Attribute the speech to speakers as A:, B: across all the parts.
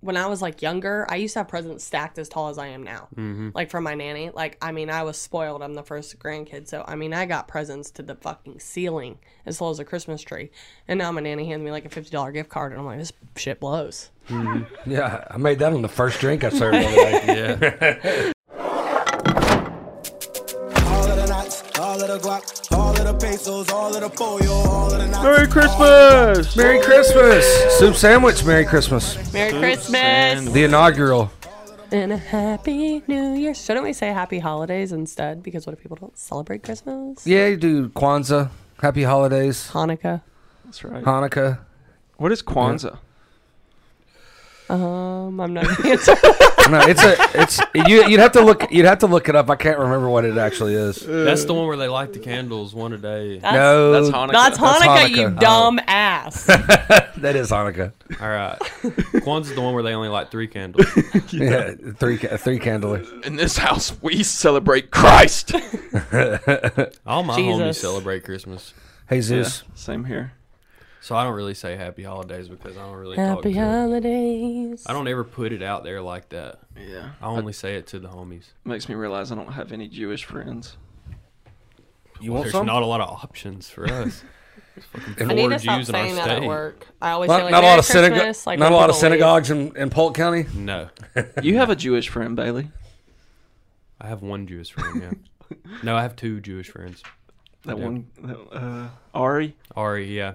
A: when I was like younger, I used to have presents stacked as tall as I am now.
B: Mm-hmm.
A: Like from my nanny. Like I mean, I was spoiled. I'm the first grandkid, so I mean, I got presents to the fucking ceiling as low as a Christmas tree. And now my nanny hands me like a fifty dollar gift card, and I'm like, this shit blows.
C: Yeah, I made that on the first drink I served. on the day.
B: Yeah.
D: All of the knots, all of the guac, all of the pesos, all of the pollo, all of the knots.
B: Merry Christmas.
C: Merry Christmas, soup sandwich. Merry Christmas,
A: Merry Christmas
B: sandwich.
C: the inaugural.
A: and a happy New Year. Shouldn't we say happy holidays instead? Because what if people don't celebrate Christmas?
C: Yeah, you do Kwanzaa. Happy holidays,
A: Hanukkah.
B: That's right.
C: Hanukkah.
B: What is Kwanzaa?
A: Um, I'm not gonna answer.
C: No, it's a it's you. You'd have to look. You'd have to look it up. I can't remember what it actually is.
B: That's the one where they light the candles one a day.
A: That's,
C: no,
E: That's Hanukkah.
A: that's Hanukkah, you
C: Hanukkah.
A: dumb Oh. ass.
C: that is Hanukkah.
B: All right. Kwanzaa's uh, the one where they only light three candles.
C: Yeah, three ca- three candlers.
E: In this house, we celebrate Christ.
B: All my homies
A: Jesus.
B: celebrate Christmas.
C: Hey Zeus,
E: Same here.
B: So I don't really say happy holidays because I don't really talk
A: Happy
B: to
A: holidays.
B: I don't ever put it out there like that.
E: Yeah.
B: I only say it to the homies.
E: Makes me realize I don't have any Jewish friends.
C: you want
B: There's
C: some?
B: not a lot of options for us.
A: I need
B: Four
A: to stop
B: Jews in our
A: saying that at
B: state.
A: work. I always
C: Not,
A: say like,
C: not a
A: Merry
C: lot of synagogues.
A: Christmas, like,
C: not a
A: when
C: lot of
A: people leave.
C: synagogues in, in Polk County.
B: No.
E: You have a Jewish friend, Bailey.
B: I have one Jewish friend, yeah. No, I have two Jewish friends.
E: That
B: do.
E: one, that, uh, Ari.
B: Ari, yeah.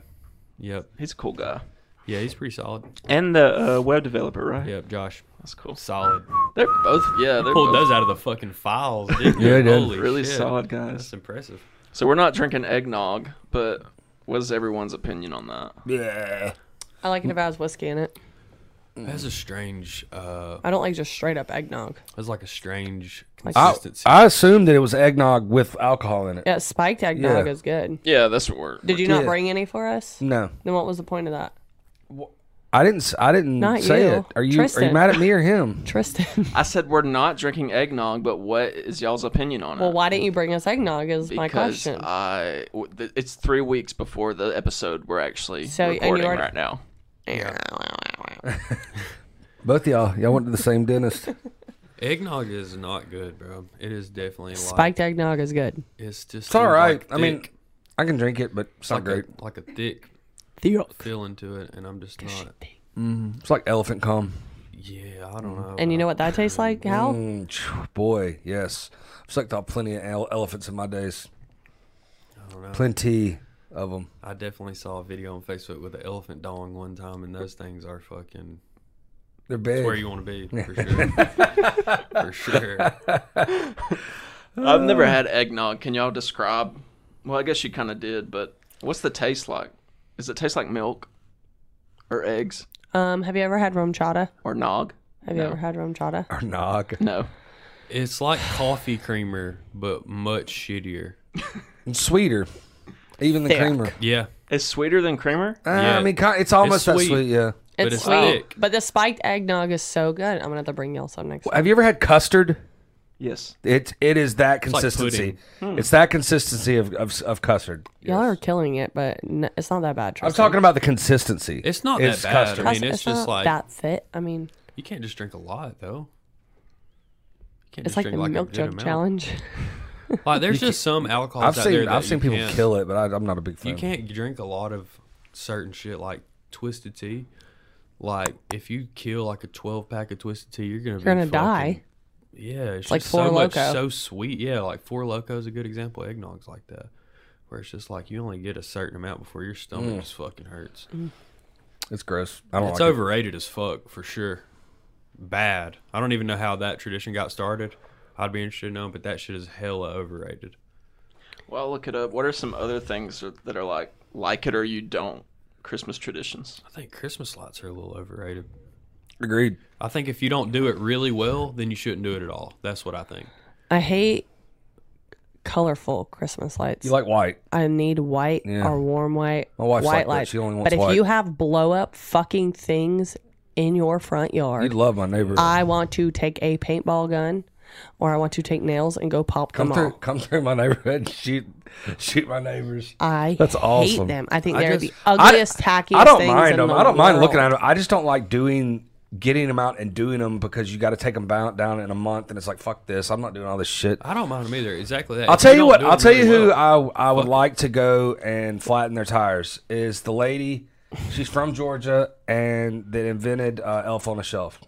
B: Yep.
E: He's a cool guy.
B: Yeah, he's pretty solid.
E: And the uh, web developer, right?
B: Yep, Josh.
E: That's cool.
B: Solid.
E: They're both, yeah, they're both
B: Pulled those out of the fucking files, didn't
C: Yeah,
B: you?
C: he did.
B: Holy
E: really
B: shit.
E: solid
B: That's
E: guys.
B: impressive.
E: So we're not drinking eggnog, but what's everyone's opinion on that?
C: Yeah.
A: I like it if it has whiskey in it.
B: That's a strange uh
A: I don't like just straight up eggnog.
B: that's like a strange
A: Like-
C: I,
B: consistency.
C: I assumed that it was eggnog with alcohol in it.
A: Yeah, spiked eggnog
C: Yeah.
A: is good.
E: Yeah, that's what we're.
A: Did you not
C: Yeah.
A: bring any for us?
C: No,
A: Then what was the point of that?
C: I didn't. s- I didn't
A: Not
C: say
A: you.
C: it. Are you Are you
A: Tristan.
C: mad at me or him?
A: Tristan.
E: I said we're not drinking eggnog, but what is y'all's opinion on
A: well,
E: it?
A: why didn't you bring us eggnog is my
E: because
A: question.
E: I, w- th- it's three weeks before the episode we're actually
A: So, and you
E: recording
A: already-
E: right now.
C: Both of y'all. Y'all went to the same dentist.
B: Eggnog is not good, bro. It is definitely like-
A: spiked eggnog is good.
B: It's just
C: It's all
B: seems
C: right.
B: like
C: I mean,
B: thick-
C: I can drink it, but it's not
B: like
C: great.
B: a, like a thick feeling to it, and I'm just not.
C: It's like elephant cum.
B: Yeah, I don't know.
A: Mm-hmm. And you know what that tastes like, Hal?
C: Mm, phew, boy, yes. I've sucked off plenty of ele- elephants in my days.
B: I don't know.
C: Plenty of them.
B: I definitely saw a video on Facebook with an elephant dong one time, and those things are fucking
C: They're big.
B: where you want to be for sure. for sure.
E: I've never had eggnog. Can y'all describe? Well, I guess you kind of did, but what's the taste like? Does it taste like milk or eggs
A: Um, have you ever had rum chata?
E: or nog?
A: Have you ever had rum chata?
C: Or nog.
E: No.
B: It's like coffee creamer, but much shittier.
C: And sweeter. Even the
A: Thick.
C: creamer.
B: Yeah,
E: It's sweeter than creamer?
C: Uh,
B: Yeah.
C: I mean, ki- it's almost that
B: sweet.
C: sweet. Yeah.
B: But it's thick.
A: But the spiked eggnog is so good. I'm gonna have to bring y'all some next. time.
C: Have you ever had custard?
E: Yes.
C: It it is that
B: like
C: consistency. It's, that consistency of of, of custard.
A: Y'all are killing it, but n- it's not that bad.
C: I'm
A: Trust me.
C: talking about the consistency.
B: it's not that bad. I mean,
A: Plus,
B: it's,
A: not
B: just like
A: that fit. I mean,
B: you can't just drink a lot though. You can't
A: it's
B: just
A: like the
B: drink a
A: milk
B: good
A: jug
B: amount.
A: challenge.
B: Like, there's just some alcohol.
C: I've seen
B: there that
C: I've
B: you
C: seen people
B: can't-
C: kill it, but I, I'm not a big fan.
B: You can't drink a lot of certain shit like twisted tea. Like if you kill like a twelve pack of twisted tea, you're gonna
A: You're gonna
B: be
A: die.
B: fucking- Yeah, it's
A: like
B: just
A: Four
B: so much
A: Loko.
B: so sweet. Yeah, like four loco is a good example. Eggnog's like that, where it's just like you only get a certain amount before your stomach
C: Mm.
B: just fucking hurts.
C: It's gross. I don't
B: It's
C: like it.
B: overrated as fuck for sure. Bad. I don't even know how that tradition got started. I'd be interested to know, but that shit is hella overrated.
E: Well, I'll look it up. What are some other things that- that are like, like it or you don't? Christmas traditions.
B: I think Christmas lights are a little overrated.
C: Agreed.
B: I think if you don't do it really well, then you shouldn't do it at all. That's what I think.
A: I hate colorful Christmas lights.
C: You like white.
A: I need white
C: Yeah.
A: or warm white.
C: My wife's
A: white
C: like that.
A: lights.
C: She only wants
A: but if
C: white.
A: you have blow up fucking things in your front
C: You'd
A: yard,
C: love my neighbor.
A: I want to take a paintball gun or I want to take nails and go pop
C: come
A: them
C: through,
A: all.
C: come through my neighborhood and shoot, shoot my neighbors.
A: I
C: That's
A: hate
C: awesome.
A: them. I think
C: I
A: they're
C: just-
A: the ugliest,
C: I-
A: tackiest
C: I don't
A: things
C: mind
A: in
C: them.
A: the
C: I don't mind looking
A: world.
C: at them. I just don't like doing getting them out and doing them because you got to take them down in a month, and it's like fuck this. I'm not doing all this shit.
B: I don't mind them either. Exactly that.
C: I'll
B: If
C: tell you
B: don't
C: what.
B: do 'em
C: I'll tell you
B: really
C: who
B: well-
C: I I would like to go and flatten their tires is the lady. She's from Georgia and that invented uh, Elf on a Shelf.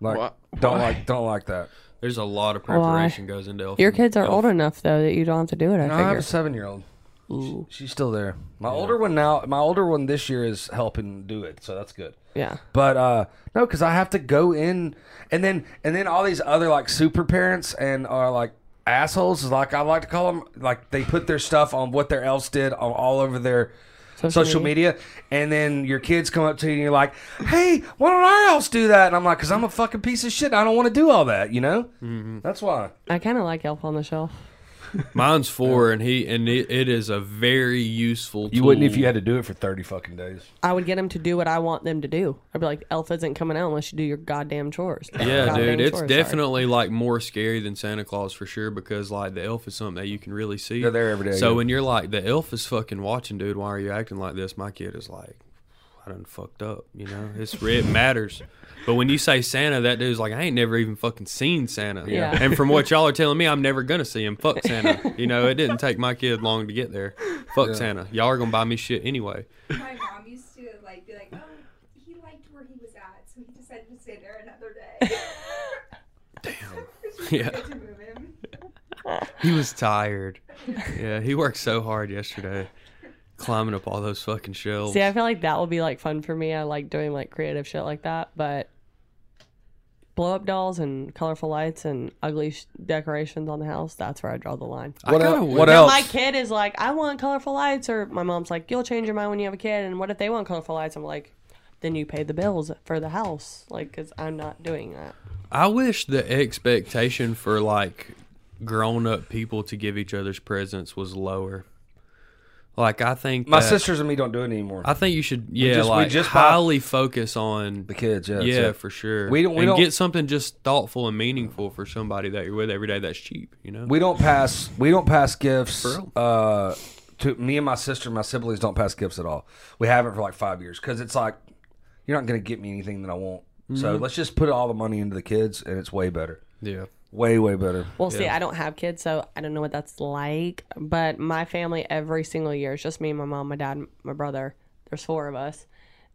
C: Like
E: Why-
C: don't
E: why?
C: like don't like that.
B: There's a lot of preparation goes into elf.
A: Your
B: and-
A: kids are
B: elf.
A: old enough though that you don't have to do it. I
C: No, I have
A: figure.
C: a seven year old.
A: Ooh.
C: She's still there. My older one now. My older one this year is helping do it, so that's good.
A: Yeah.
C: But uh no, because I have to go in, and then and then all these other like super parents and are like assholes is like I like to call them. Like they put their stuff on what their elves did on all over their social, media. and then your kids come up to you and you're like, "Hey, why don't our elves do that?" And I'm like, "Cause I'm a fucking piece of shit. and I don't want to do all that. You know? That's why."
A: I kind of like Elf on the Shelf.
B: Mine's four, and he and it, it is a very useful. Tool.
C: to do it for thirty fucking days.
A: I would get them to do what I want them to do. I'd be like, Elf isn't coming out unless you do your goddamn chores.
B: Yeah,
A: Goddamn
B: dude, it's
A: chores, sorry.
B: definitely like more scary than Santa Claus for sure because like the elf is something that you can really see.
C: They're there every day,
B: So
C: yeah.
B: when you're like the elf is fucking watching, dude, why are you acting like this? My kid is like, I done fucked up, you know. It's it matters. But when you say Santa, that dude's like, I ain't never even fucking seen Santa.
A: Yeah.
B: And from what y'all are telling me, I'm never gonna see him. Fuck Santa. You know, it didn't take my kid long to get there. Fuck Santa. Y'all are gonna buy me shit anyway.
F: My mom used to like be like, "Oh, he liked where he was at, so he decided to stay there another day." Damn.
B: Yeah.
F: To move him.
B: He was tired. Yeah, he worked so hard yesterday, climbing up all those fucking shelves.
A: See, I feel like that would be like fun for me. I like doing like creative shit like that, but blow up dolls and colorful lights and ugly sh- decorations on the house, that's where I draw the line.
C: What,
B: kinda
C: el-
B: would.
C: what
B: Now,
A: Now,
C: else?
A: my kid is like, I want colorful lights, or my mom's like, you'll change your mind when you have a kid. And what if they want colorful lights? I'm like, then you pay the bills for the house, like, because I'm not doing that.
B: I wish the expectation for like grown up people to give each other's presents was lower. Like I think
C: My
B: that-
C: sisters and me don't do it anymore.
B: I think you should yeah
C: just- we
B: like
C: just buy-
B: highly focus on
C: the kids, yeah, that's
B: yeah
C: it.
B: for sure.
C: We don't- we
B: and
C: don't-
B: get something just thoughtful and meaningful for somebody that you're with every day. That's cheap, you know.
C: We don't pass. We don't pass gifts.
B: real?
C: Uh, to me and my sister, and my siblings don't pass gifts at all. We haven't for like five years because it's like you're not going to get me anything that I want. So let's just put all the money into the kids, and it's way better.
B: yeah.
C: Way way better.
A: Well, see, I don't have kids, so I don't know what that's like. But my family, every single year, it's just me, my mom, my dad, and my brother. There's four of us.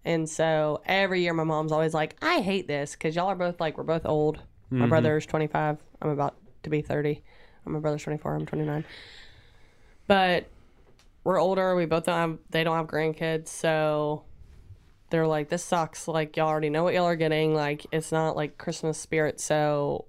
A: And so every year, my mom's always like, I hate this because y'all are both like, we're both old. My brother's 25. I'm about to be 30. And My brother's 24. I'm 29. But we're older. We both don't have, they don't have grandkids. So they're like, this sucks. Like, y'all already know what y'all are getting. Like, it's not like Christmas spirit. So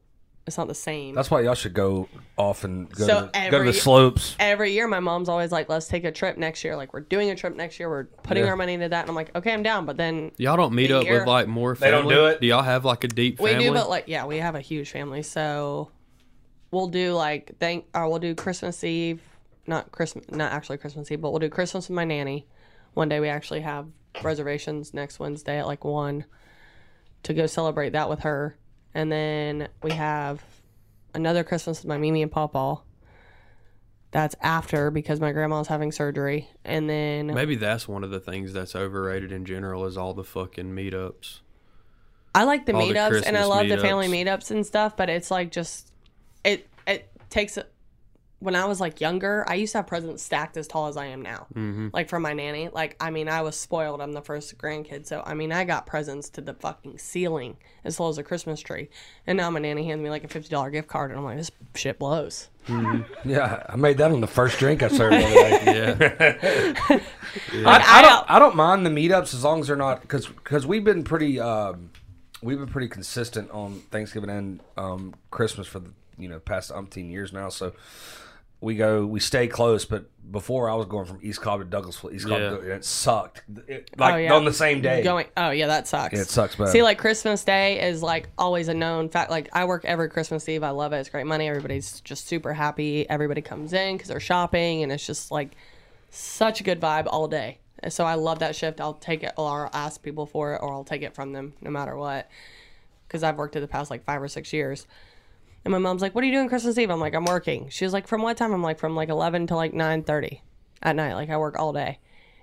A: it's not the same.
C: That's why y'all should go off and go,
A: So
C: to, the- go to
A: every-
C: the slopes.
A: every year my mom's always like let's take a trip next year like we're doing a trip next year we're putting
C: Yeah.
A: our money into that and i'm like okay i'm down but then
B: Y'all don't meet
A: The
B: up
A: year-
B: with like more
C: They don't
B: family.
C: do it?
B: y'all have like a deep family?
A: we do but like yeah we have a huge family so we'll do like thank or we'll do christmas eve not christmas not actually christmas eve but we'll do christmas with my nanny one day we actually have reservations next wednesday at like one to go celebrate that with her and then we have another christmas with my mimi and pawpaw that's after because my grandma's having surgery and then
B: Maybe that's one of the things that's overrated in general is all the fucking meetups.
A: I like the
B: All the
A: meetups and I
B: Christmas
A: love the
B: meetups.
A: family meetups and stuff, but it's like just it it takes a- when I was like younger, I used to have presents stacked as tall as I am now. Mm-hmm. Like from my nanny. Like I mean, I was spoiled. I'm the first grandkid, so I mean, I got presents to the fucking ceiling as low as a Christmas tree. And now my nanny hands me like a fifty dollar gift card, and I'm like, this shit blows.
C: Yeah, I made that on the first drink I served. on the day.
B: Yeah.
C: I, I
A: I
C: don't.
A: don't-
C: I don't mind the meetups as long as they're not because because we've been pretty um, we've been pretty consistent on Thanksgiving and um, Christmas for the you know past umpteen years now. So we go we stay close. But before I was going from East Cobb to Douglasville, East Cobb,
B: Yeah.
C: to Doug- and it sucked. It- like
A: Oh, yeah.
C: on the same day.
A: Going, oh yeah, that sucks.
C: Yeah, it sucks bad.
A: See, like Christmas Day is like always a known fact. Like I work every Christmas Eve. I love it. It's great money. Everybody's just super happy. Everybody comes in because they're shopping, and it's just like such a good vibe all day. And So I love that shift. I'll take it, or I'll ask people for it, or I'll take it from them, no matter what. Because I've worked it the past like five or six years. And my mom's like, "What are you doing Christmas Eve?" I'm like, "I'm working." She was like, "From what time?" I'm like, "From like 11 to like 9:30 at night. Like I work all day."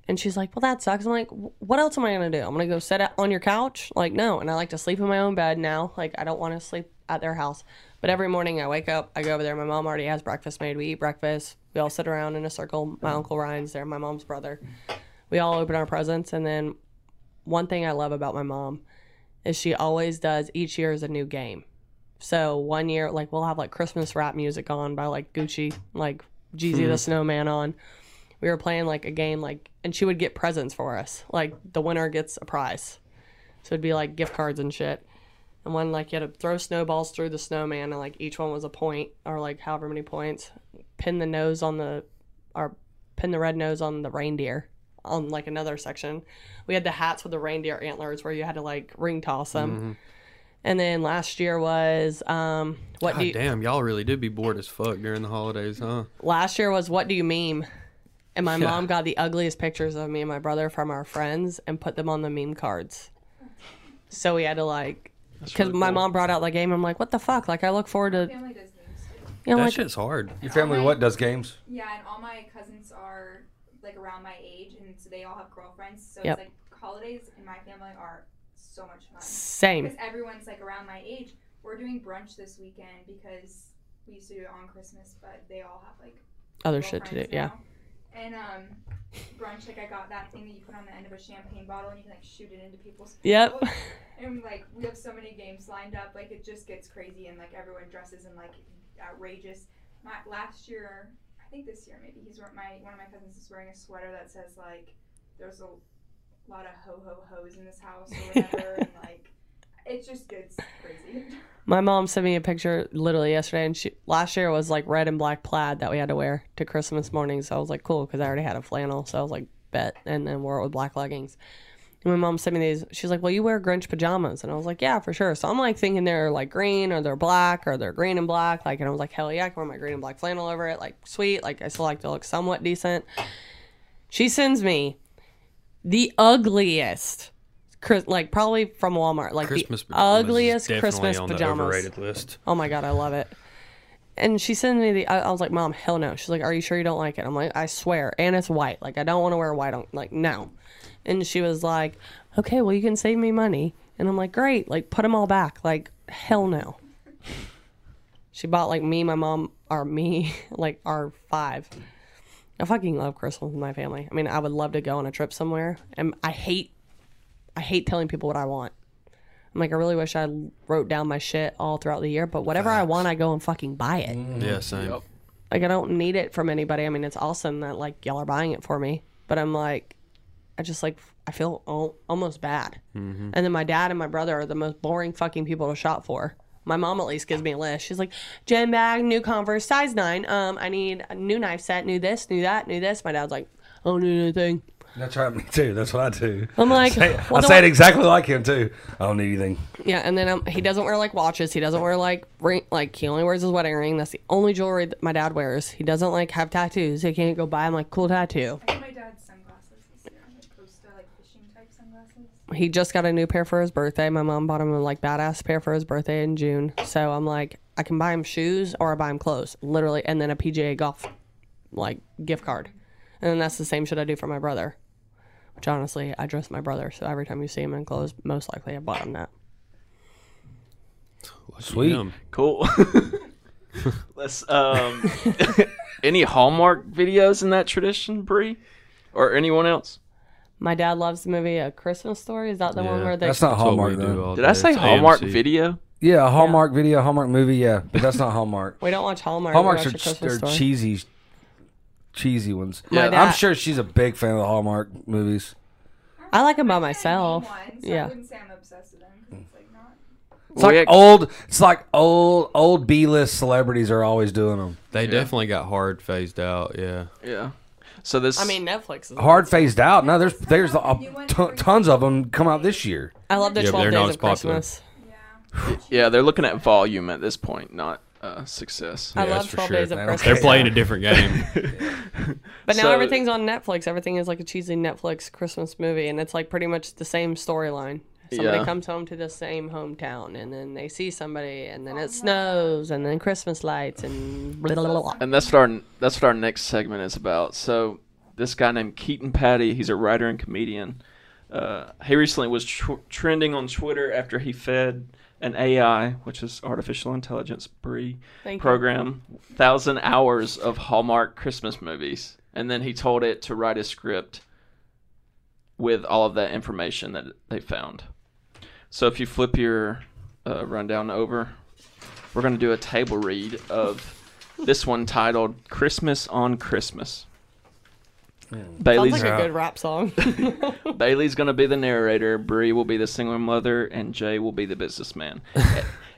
A: And she's like, well, that sucks. I'm like, what else am I going to do? I'm going to go sit out on your couch? Like, no. And I like to sleep in my own bed now. Like, I don't want to sleep at their house. But every morning I wake up, I go over there. My mom already has breakfast made. We eat breakfast. We all sit around in a circle. My uncle Ryan's there, my mom's brother. We all open our presents. And then one thing I love about my mom is she always does each year is a new game. So one year, like we'll have like Christmas rap music on by like Gucci, like Jeezy the Snowman on. We were playing like a game, like, and she would get presents for us. Like the winner gets a prize, so it'd be like gift cards and shit. And one like you had to throw snowballs through the snowman, and like each one was a point or like however many points. Pin the nose on the, or pin the red nose on the reindeer on like another section. We had the hats with the reindeer antlers where you had to like ring toss them. And then last year was um what
B: God
A: do you,
B: damn, y'all really did be bored as fuck during the holidays, huh?
A: last year was what do you meme? And my mom got the ugliest pictures of me and my brother from our friends and put them on the meme cards. So we had to like because
E: really
A: my
E: cool.
A: mom brought out the game. I'm like, what the fuck? Like I look forward to
F: Family does names. too.
A: you know
B: that
A: like
B: shit's hard.
C: Your family what does games?
F: Yeah, and all my cousins are like around my age, and so they all have girlfriends. So
A: Yep.
F: it's like holidays in my family are so much fun
A: same.
F: because everyone's like around my age. We're doing brunch this weekend because we used to do it on Christmas, but they all have like
A: Other shit to do.
F: girlfriends
A: Yeah.
F: now. And um, brunch like I got that thing that you put on the end of a champagne bottle and you can like shoot it into people's.
A: Yep.
F: faces. And like we have so many games lined up, like it just gets crazy, and like everyone dresses in like outrageous. My last year, I think this year maybe he's wearing- my one of my cousins is wearing a sweater that says like there's a lot of ho ho ho's in this house or whatever, and like it just gets crazy.
A: My mom sent me a picture literally yesterday, and she last year was like red and black plaid that we had to wear to Christmas morning. So I was like, cool, because I already had a flannel. So I was like, bet, and then wore it with black leggings. And my mom sent me these. She's like, well, you wear Grinch pajamas, and I was like, yeah, for sure. So I'm like thinking they're like green or they're black or they're green and black, like, and I was like, hell yeah, I can wear my green and black flannel over it, like, sweet, like I still like to look somewhat decent. She sends me the ugliest. Chris, like probably from Walmart, like
B: Christmas
A: the
B: pajamas is
A: ugliest
B: definitely
A: Christmas
B: on the
A: pajamas.
B: overrated list.
A: Oh my god, I love it. And she sends me the. I, I was like, Mom, hell no. She's like, Are you sure you don't like it? I'm like, I swear. And it's white. Like, I don't want to wear white. On, like, no. And she was like, Okay, well, you can save me money. And I'm like, Great. Like, put them all back. Like, hell no. She bought like me, my mom, or me, like our five. I fucking love Christmas with my family. I mean, I would love to go on a trip somewhere, and I hate, I hate telling people what I want. I'm like, I really wish I wrote down my shit all throughout the year, but whatever I want, I go and fucking buy it.
C: Mm.
B: Yeah, same.
E: Yup.
A: Like, I don't need it from anybody. I mean, it's awesome that like y'all are buying it for me, but I'm like, I just like, I feel al- almost bad.
C: Mm-hmm.
A: And then my dad and my brother are the most boring fucking people to shop for. My mom at least gives me a list. She's like, gym bag, new Converse, size nine. Um, I need a new knife set, new this, new that, new this. My dad's like, I don't need anything.
C: That's right, me too. That's what I do.
A: I'm like,
C: Hey,
A: well,
C: I
A: do
C: say it exactly like him too. I don't need anything.
A: Yeah, and then um, he doesn't wear like watches. He doesn't wear like ring. Like he only wears his wedding ring. That's the only jewelry that my dad wears. He doesn't like have tattoos. He can't go buy him like cool tattoo.
F: I got my dad's sunglasses this year, like Costa, uh, like fishing type sunglasses.
A: He just got a new pair for his birthday. My mom bought him a like badass pair for his birthday in June. So I'm like, I can buy him shoes or I buy him clothes, literally, and then a PGA golf like gift card. And then that's the same shit I do for my brother. Which honestly, I dress my brother. So every time you see him in clothes, most likely I bought him that.
C: Sweet.
B: Yum.
E: Cool. Let's. Um, any Hallmark videos in that tradition, Bree, or anyone else?
A: My dad loves the movie A Christmas Story. Is that the one
B: Yeah,
A: where they
C: That's not
B: That's what
C: Hallmark
B: we do
C: though.
B: all
E: Did
B: day.
E: I say
B: It's
E: Hallmark
B: AMC.
E: video?
C: Yeah, a Hallmark video, Hallmark movie. Yeah, but that's not Hallmark.
A: We don't watch Hallmark.
C: Hallmarks
A: we
C: are,
A: watch A
C: ch-
A: Christmas
C: they're
A: Story.
C: cheesy, cheesy ones.
A: My dad-
C: I'm sure she's a big fan of the Hallmark movies.
A: I like 'em by
F: can't name
A: myself.
F: one, so
A: Yeah.
F: I wouldn't say I'm obsessed with them 'cause it's like not.
C: It's
E: Well,
C: like
E: yeah.
C: old. It's like old old B list celebrities are always doing them.
B: They definitely got hard phased out. Yeah.
E: Yeah. So this.
A: I mean, Netflix is
C: Hard phased out. No, there's there's a,
F: You want
C: ton-
F: three-
C: tons of them come out this year.
A: I love the
B: Yeah, but
A: 12
B: they're not
A: Days
B: as
A: of
B: popular.
A: Christmas.
F: Yeah.
E: Yeah, they're looking at volume at this point, not uh, success.
A: I
B: Yeah,
A: love
B: that's for
A: 12
B: sure.
A: Days of
C: They don't
A: Christmas.
B: They're
C: Yeah.
B: playing a different game.
A: But now
E: So-
A: everything's on Netflix. Everything is like a cheesy Netflix Christmas movie, and it's like pretty much the same storyline. Somebody
E: Yeah.
A: comes home to the same hometown, and then they see somebody, and then it snows, and then Christmas lights, and blah, blah, blah, blah.
E: And that's what our that's what our next segment is about. So this guy named Keaton Patty. He's a writer and comedian. Uh, he recently was tr- trending on Twitter after he fed an AI, which is artificial intelligence, Bree
A: Thank you.
E: program, thousand hours of Hallmark Christmas movies, and then he told it to write a script with all of that information that they found. So if you flip your uh, rundown over, we're going to do a table read of this one titled "Christmas on Christmas."
A: Sounds
E: Bailey's
A: like a good rap song.
E: Bailey's going to be the narrator, Bree will be the single mother, and Jay will be the businessman.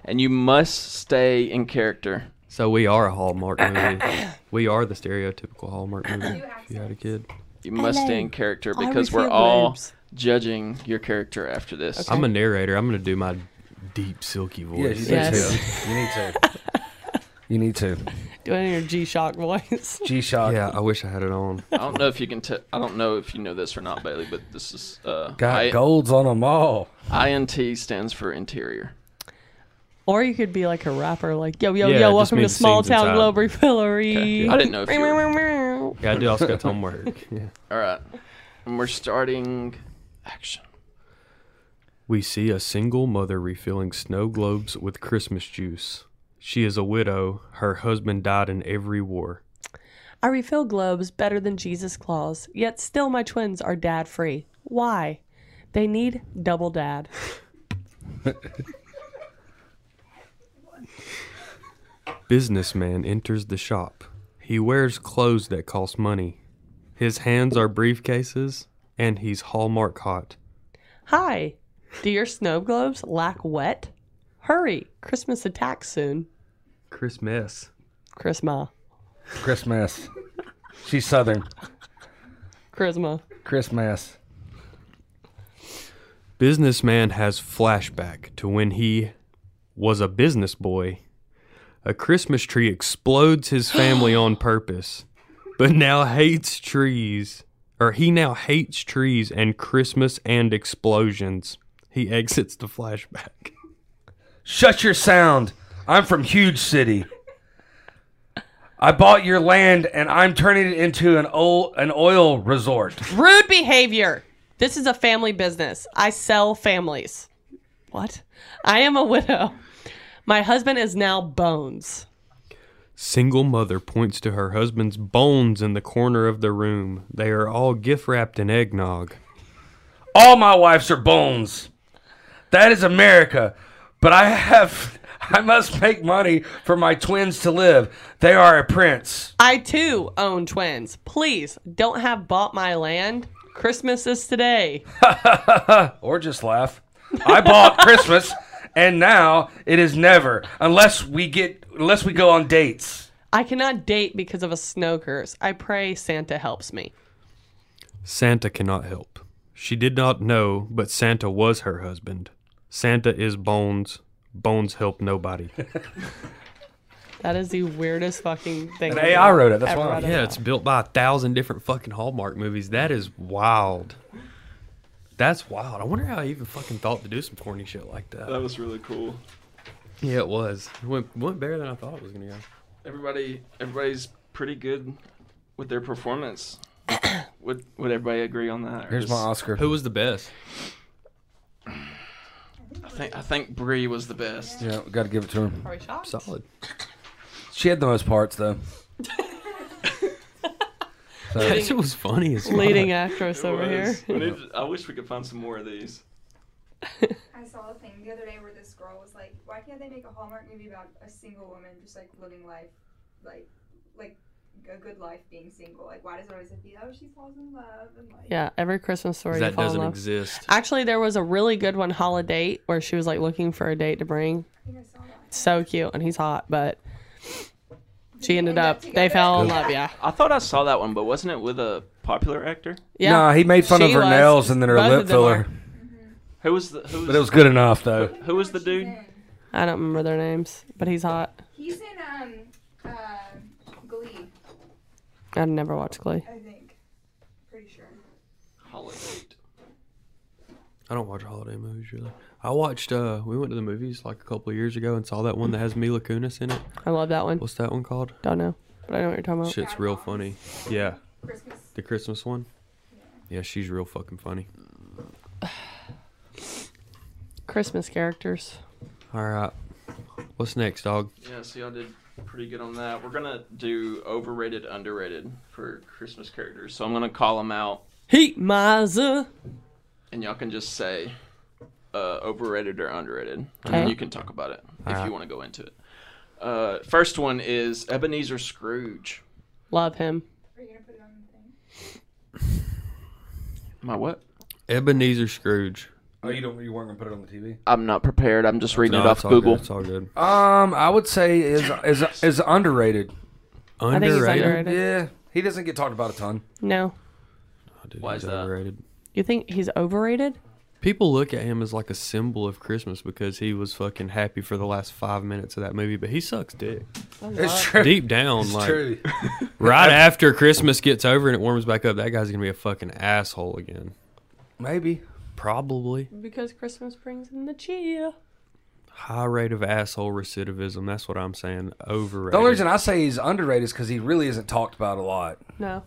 E: and you must stay in character.
B: So we are a Hallmark movie. we are the stereotypical Hallmark movie. If you had a kid,
E: You must stay in character
A: I
E: because we're
A: reveal
E: all
A: boobs.
E: judging your character after this.
B: I'm a narrator. I'm gonna do my deep, silky
C: Yeah,
B: voice.
C: you
A: Yes.
C: need to. You need to. You need to.
A: Doing your G Shock voice.
C: G Shock.
B: Yeah, I wish I had it on.
E: I don't know if you can. T- I don't know if you know this or not, Bailey, but this is uh,
C: Got
E: I-
C: golds on them all.
E: INT stands for interior.
A: Or you could be like a rapper, like, yo, yo,
B: Yeah,
A: yo,
B: just
A: welcome to
B: means
A: small
B: scenes
A: town
B: inside.
A: Globe Refillery.
E: Okay. I didn't know if you were-
B: Yeah, I do also got homework. Yeah.
E: All right, and we're starting action.
B: We see a single mother refilling snow globes with Christmas juice. She is a widow. Her husband died in every war.
A: I refill globes better than Jesus Claus, yet still my twins are dad free. Why? They need double dad.
B: Businessman enters the shop. He wears clothes that cost money. His hands are briefcases, and he's Hallmark hot.
A: Hi, do your snow globes lack wet? Hurry, Christmas attacks soon.
B: Christmas.
A: Chrisma.
C: Christmas. She's Southern.
A: Chrisma.
C: Christmas.
B: Businessman has flashback to when he was a business boy. A Christmas tree explodes his family on purpose, but now hates trees. Or he now hates trees and Christmas and explosions. He exits the flashback.
C: Shut your sound. I'm from Huge City. I bought your land and I'm turning it into an old an oil resort.
A: Rude behavior. This is a family business. I sell families. What? I am a widow. My husband is now bones.
B: Single mother points to her husband's bones in the corner of the room. They are all gift wrapped in eggnog.
C: All my wives are bones. That is America. But I have I must make money for my twins to live. They are a prince.
A: I too own twins. Please don't have bought my land. Christmas is today.
C: Or just laugh. I bought Christmas and now it is never unless we get unless we go on dates.
A: I cannot date because of a snow curse. I pray Santa helps me.
B: Santa cannot help. She did not know, but Santa was her husband. Santa is Bones. Bones help nobody.
A: That is the weirdest fucking thing.
C: An
A: I've
C: AI wrote it, that's
A: ever
C: why.
A: read
B: yeah,
A: about.
B: it's built by a thousand different fucking Hallmark movies. That is wild. That's wild. I wonder how I even fucking thought to do some corny shit like that.
E: was really cool.
B: Yeah, it was. It went, went better than I thought it was gonna go.
E: Everybody, everybody's pretty good with their performance. would Would everybody agree on that? or
C: Here's my
E: just-
C: Oscar.
B: Who was the best?
E: I think I think Bree was the best.
C: Yeah, got to give it to him.
A: Are we shocked?
B: Solid.
C: She had the most parts though.
B: That shit was funny as fuck.
A: Leading actress over here.
E: I wish we could find some more of these.
F: I saw a thing the other day where this girl was like, "Why can't they make a Hallmark movie about a single woman just like living life, like, like a good life being single? Like, why does it always have to be oh she falls in love and like
A: Yeah, every Christmas story you
B: That
A: fall in
B: doesn't
A: love.
B: exist.
A: Actually, there was a really good one, Holiday, where she was like looking for a date to bring.
F: I think I saw that.
A: So cute, and he's hot, but she ended
F: end up
A: up. They fell in
F: together?
A: love. Yeah,
E: I thought I saw that one, but wasn't it with a popular actor?
A: yeah.
C: Nah, he made fun
A: She
C: of her
A: was.
C: nails and then her
A: Both
C: lip
A: of them
C: filler,
A: are.
E: Who was the who was,
C: but it was good enough though.
E: who
F: Oh,
E: was the dude?
A: I don't remember their names, but he's hot.
F: He's in um, uh, Glee,
A: I've never watched Glee.
F: I think. Pretty sure.
E: Holiday.
B: I don't watch holiday movies really. I watched. uh We went to the movies like a couple of years ago and saw that one that has Mila Kunis in it.
A: I love that one.
B: What's that one called?
C: Oh.
A: Don't know, but I know what you're talking about.
B: Shit's real funny. Yeah.
F: Christmas
B: The Christmas one? Yeah, she's real fucking funny.
A: Christmas characters.
B: All right. What's next, dog?
E: Yeah, so y'all did pretty good on that. We're gonna do overrated, underrated for Christmas characters. So I'm gonna call them out,
A: Heat miser.
E: and y'all can just say uh, overrated or underrated, and then
A: Okay.
E: you can talk about it if you want to go into it. Uh, first one is Ebenezer Scrooge.
A: Love him.
F: Are you gonna put it on the thing?
E: My what?
B: Ebenezer Scrooge.
C: Oh, you don't. You weren't gonna put it on the TV.
E: I'm not prepared. I'm just reading
B: No,
E: it off
B: it's all good,
E: Google.
B: It's all good.
C: Um, I would say is is is underrated.
A: I think he's
B: Underrated.
A: underrated.
C: Yeah, he doesn't get talked about a ton.
A: No.
B: Oh, dude,
E: Why
B: he's
E: is that?
B: Overrated.
A: You think he's overrated?
B: People look at him as like a symbol of Christmas because he was fucking happy for the last five minutes of that movie, but he sucks dick.
C: It's true.
B: Deep down,
C: It's
B: like
C: true.
B: right after Christmas gets over and it warms back up, that guy's gonna be a fucking asshole again.
C: Maybe.
B: Probably
A: Because Christmas brings him the cheer.
B: high rate of asshole recidivism. That's what I'm saying. Overrated.
C: The only reason I say he's underrated is because he really isn't talked about a lot.
A: No.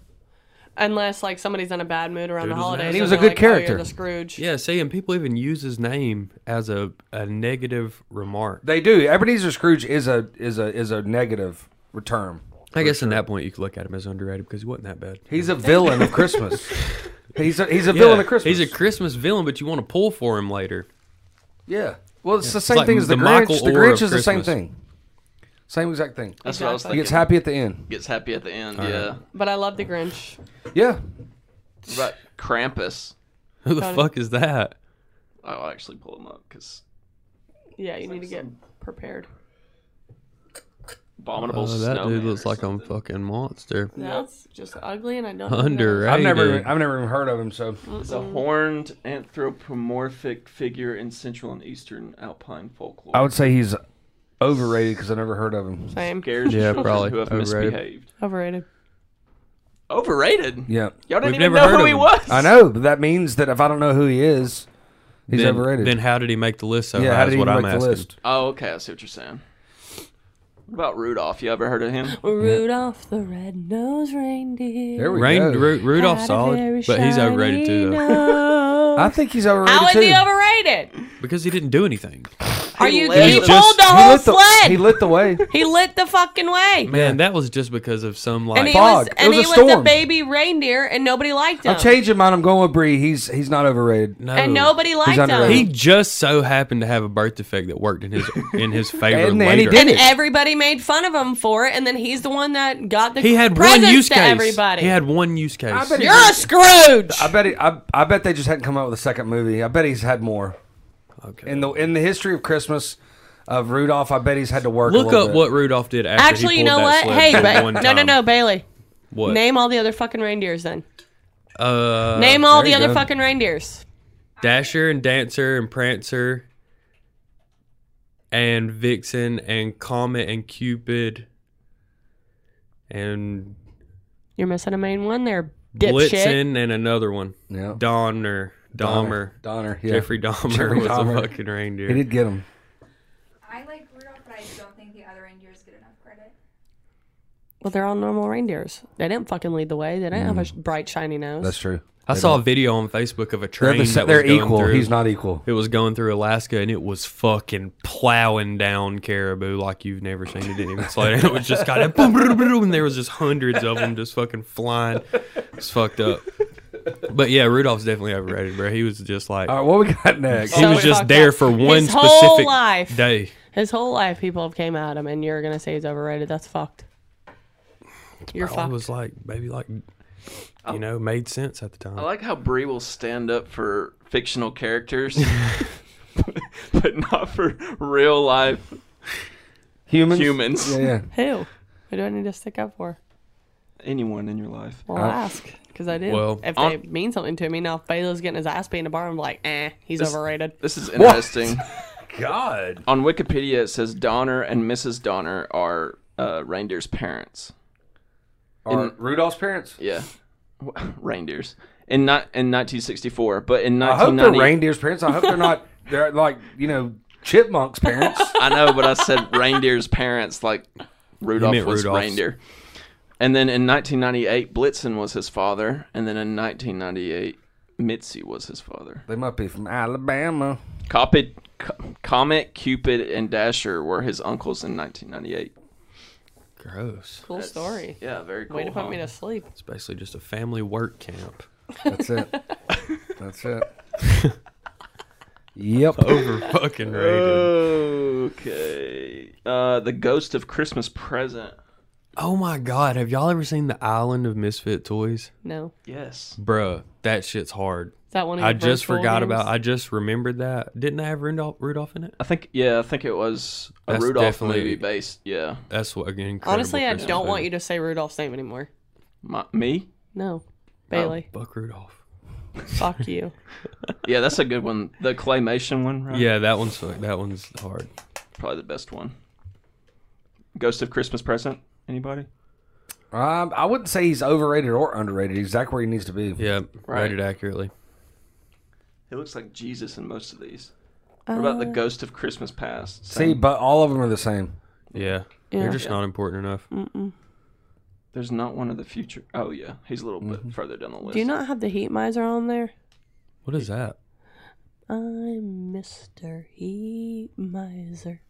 A: Unless like somebody's in a bad mood around
B: Dude,
A: the
B: doesn't
A: holidays.
B: matter.
A: and
B: He
C: was a
A: they're
C: good
A: like, oh, you're
C: character.
A: the Scrooge.
B: yeah, see, and people even use his name as a, a negative remark.
C: They do. Ebenezer Scrooge is a is a is a negative term.
B: I guess in that point you could look at him as underrated because he wasn't that bad.
C: He's a villain of Christmas. He's a he's a villain of Christmas.
B: He's a Christmas villain, but you want to pull for him later.
C: yeah. Well, it's the same
B: like
C: thing as the,
B: the
C: Grinch.
B: Michael
C: the
B: Orr
C: Grinch
B: of
C: is the same
B: Christmas.
C: thing. Same exact thing.
E: That's what I
A: Exactly.
E: was thinking.
C: He gets happy at the end.
E: Gets happy at the end. yeah.
A: But I love the Grinch.
C: Yeah.
E: What About Krampus.
B: Who the
A: Got it.
B: fuck is that?
E: I'll actually pull him up because
A: Yeah, you need to get prepared.
E: Abominable
B: Oh, that
E: Snowman
B: dude looks
E: or
B: like I'm fucking monster.
A: That's just ugly and I don't even know.
B: Underrated.
C: I've never even- I've never even heard of him. So
E: It's a horned anthropomorphic figure in central and eastern alpine folklore.
C: I would say he's overrated because I never heard of him.
A: Same.
E: Scares
B: Yeah,
E: children
B: probably.
E: who have
B: Overrated.
E: misbehaved.
A: Overrated.
E: Overrated.
C: Yeah.
E: Y'all didn't
B: We've
E: even
B: never
E: know
B: heard
E: who
B: of
E: he
B: him.
E: was.
C: I know, but that means that if I don't know who he is, he's
B: then,
C: overrated.
B: Then how did he make the list? So
C: yeah,
B: high
C: how
B: is
C: did he
B: what I'm
C: make the
B: asking.
C: list?
E: Oh, okay. I see what you're saying. What about Rudolph? You ever heard of him?
A: Rudolph the red-nosed reindeer.
C: There we
B: Rain,
C: go.
B: Ru- Rudolph's solid, but he's overrated too, though,
A: though.
C: I think he's overrated
A: How is
C: too.
A: he overrated?
B: because he didn't do anything.
A: Are you
E: lit
A: kidding? He
E: the-
A: pulled the
C: He
A: whole
C: lit the-
A: sled.
C: He lit the way.
A: He lit the fucking way.
B: Man, that was just because of some like.
A: And he
C: Fog.
A: was
C: It
A: and
C: was a
A: he was a
C: storm.
A: baby reindeer and nobody liked him.
C: I'm changing mine. I'm going with Bree. He's he's not overrated.
B: no.
A: and nobody liked him.
C: underrated.
B: He just so happened to have a birth defect that worked in his in his favor
C: And
B: later.
C: then he did
A: and
C: it.
A: everybody made fun of him for it, and then he's the one that got the
B: He had one
A: presents
B: use
A: to
B: case.
A: everybody.
B: He had one use case.
C: I bet he-
A: You're a Scrooge.
C: I bet he, I, I bet they just hadn't come out with a second movie. I bet he's had more
B: Okay.
C: in the in the history of Christmas of Rudolph. I bet he's had to work. a
B: Look
C: little
B: up
C: bit.
B: what Rudolph did after
A: Actually,
B: he
A: you
B: pulled
A: know what?
B: that sled
A: Hey,
B: for
A: but
B: one
A: no, no,
B: time.
A: no, Bailey.
B: What?
A: Name all the other fucking reindeers then.
B: Uh,
A: Name all the
C: there you
A: other
C: go.
A: fucking reindeers.
B: Dasher and Dancer and Prancer and Vixen and Comet and Cupid and
A: You're missing a main one there, dipshit.
B: Blitzen and another one.
C: Yeah.
B: Donner. Dahmer.
C: Donner. Donner. Yeah.
B: Jeffrey Dahmer
C: Jeffrey
B: was
C: Dahmer.
B: a fucking reindeer.
C: He did get him.
F: I like Rudolph, but I don't think the other reindeers get enough credit.
A: Well, they're all normal reindeers. They didn't fucking lead the way. They didn't have a sh- bright shiny nose.
C: That's true.
B: I saw a video on Facebook of a
C: They're,
B: train
C: the,
B: that
C: sa-
B: was
C: they're
B: going
C: equal.
B: through.
C: He's not equal.
B: It was going through Alaska and it was fucking plowing down caribou like you've never seen. It didn't even slow down. It was just kind of boom, boom, boom, and there was just hundreds of them just fucking flying. It's fucked up. But yeah, Rudolph's definitely overrated, bro. He was just like
C: All right, what we got next?
B: he
A: So
B: was just
A: fucked
B: there
A: up.
B: for one
A: His whole
B: specific
A: life.
B: day.
A: His whole life, people have came at him, and you're gonna say he's overrated. That's fucked. You're
B: I
A: fucked.
B: was like maybe like you know made sense at the time.
E: I like how Brie will stand up for fictional characters, but not for real life
C: Humans.
E: humans.
C: Yeah, yeah.
A: Who? Who do I need to stick up for?
E: Anyone in your life.
A: Well, I'll ask because I did.
B: Uh, Well,
A: if
E: on-
A: they mean something to me now, if Baylor's getting his ass beat in the bar, I'm like, eh, he's
E: This-
A: overrated.
E: This is interesting.
C: God.
E: On Wikipedia, it says Donner and Mrs. Donner are uh, reindeer's parents.
C: Are Rudolph's parents?
E: Yeah, reindeers. In not in 1964, but in
C: I hope they're
E: 1990.
C: reindeer's parents. I hope they're not. They're like you know chipmunks' parents.
E: I know, but I said reindeer's parents, like Rudolph
B: meant
E: was
B: Rudolph's.
E: reindeer. And then in 1998, Blitzen was his father, and then in 1998, Mitzi was his father.
C: They must be from Alabama.
E: Cupid, C- Comet, Cupid, and Dasher were his uncles in 1998.
B: Gross.
A: Cool story.
E: Yeah, very cool.
A: Way to put me
E: huh?
A: to sleep.
B: It's basically just a family work camp.
C: That's it. That's it. yep.
B: Over fucking
A: Uh.
B: rated.
E: Okay. Uh, the Ghost of Christmas Present.
B: Oh my god, have y'all ever seen the Island of Misfit Toys?
A: No.
E: Yes.
B: Bruh, that shit's hard.
A: Is that one of
B: I
A: your
B: just
A: first full
B: forgot
A: games?
B: about. I just remembered that. Didn't I have Rudolph, Rudolph in it?
E: I think. Yeah, I think it was a
B: That's
E: Rudolph
B: definitely-
E: movie based. Yeah.
B: That's what again.
A: Honestly, I don't want you to say Rudolph's name anymore.
E: My, me.
A: No.
B: Oh.
A: Bailey,
B: Buck Rudolph.
A: fuck you.
E: Yeah, that's a good one. The claymation one, right?
B: Yeah, that one's that one's hard.
E: Probably the best one. Ghost of Christmas Present. Anybody?
C: Um, I wouldn't say he's overrated or underrated. He's exactly where he needs to be.
B: Yeah,
E: Right.
B: rated accurately.
E: He looks like Jesus in most of these. What about the
A: Uh.
E: Ghost of Christmas Past?
C: See,
E: Same-
C: but all of them are the same.
B: Yeah,
A: Yeah. Mm.
B: they're just not important enough.
E: there's not one of the future. Oh yeah, he's a little bit further down the list.
A: Do you not have the Heat Miser on there?
B: What is that?
A: I'm Mr. Heat Miser.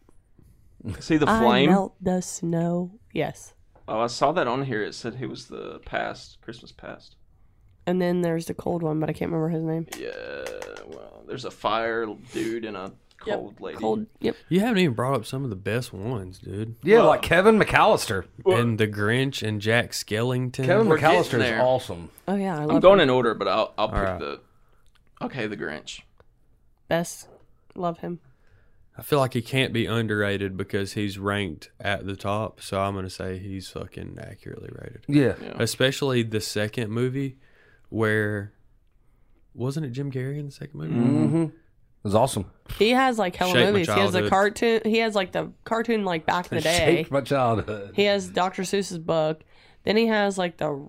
E: see the
A: I
E: flame?
A: melt the snow. Yes.
E: oh, I saw that on here. It said he was the past Christmas past.
A: And then there's the cold one, but I can't remember his name.
E: Yeah. Well, there's a fire dude and a cold lady.
A: Cold. Yep.
B: You haven't even brought up some of the best ones, dude.
C: Yeah, like Kevin McAllister.
B: And the Grinch and Jack Skellington.
C: Kevin
E: We're getting
C: McAllister is
E: there.
C: awesome.
A: Oh yeah, I love
E: I'm going in order, but I'll I'll pick
B: Alright.
E: the. Okay, the Grinch.
A: him. best. Love him.
B: I feel like he can't be underrated because he's ranked at the top. So I'm gonna say he's fucking accurately rated.
C: Yeah.
B: Especially the second movie, where wasn't it Jim Carrey in the second movie?
A: Mm-hmm.
C: It was awesome.
A: He has like hella
B: Shaped my
A: movies. He has a
B: childhood.
A: cartoon. He has like the cartoon like back in the day.
C: Shaped my childhood.
A: He has Dr. Seuss's book. Then he has like the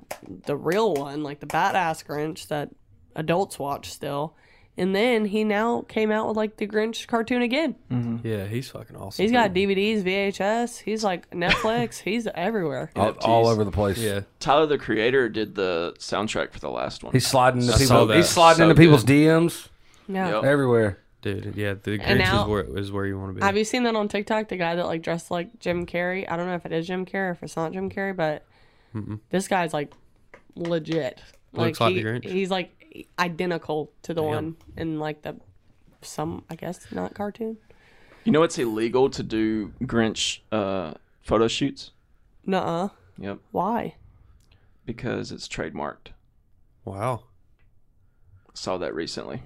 A: the real one, like the badass Grinch that adults watch still. And then he now came out with like the Grinch cartoon again.
B: Yeah, he's fucking awesome.
A: He's got DVDs, VHS. He's like Netflix. he's everywhere.
C: All, all over the place.
B: Yeah,
E: Tyler the Creator did the soundtrack for the last one.
C: He's sliding into
B: I saw
C: people.
B: that.
C: He's sliding
E: So
C: into people's
E: good.
C: DMs
A: Yeah.
E: Yep.
C: everywhere.
B: dude. Yeah, the Grinch
A: And now-
B: is, where, is where you want to be.
A: Have you seen that on TikTok? The guy that like dressed like Jim Carrey. I don't know if it is Jim Carrey or if it's not Jim Carrey, but this guy's like legit.
B: Looks like the Grinch.
A: He's like identical to the one in like the some I guess not cartoon.
E: You know it's illegal to do Grinch uh, photo shoots.
A: Nuh-uh.
E: Yep,
A: Why?
E: because it's trademarked.
B: wow.
E: Saw that recently.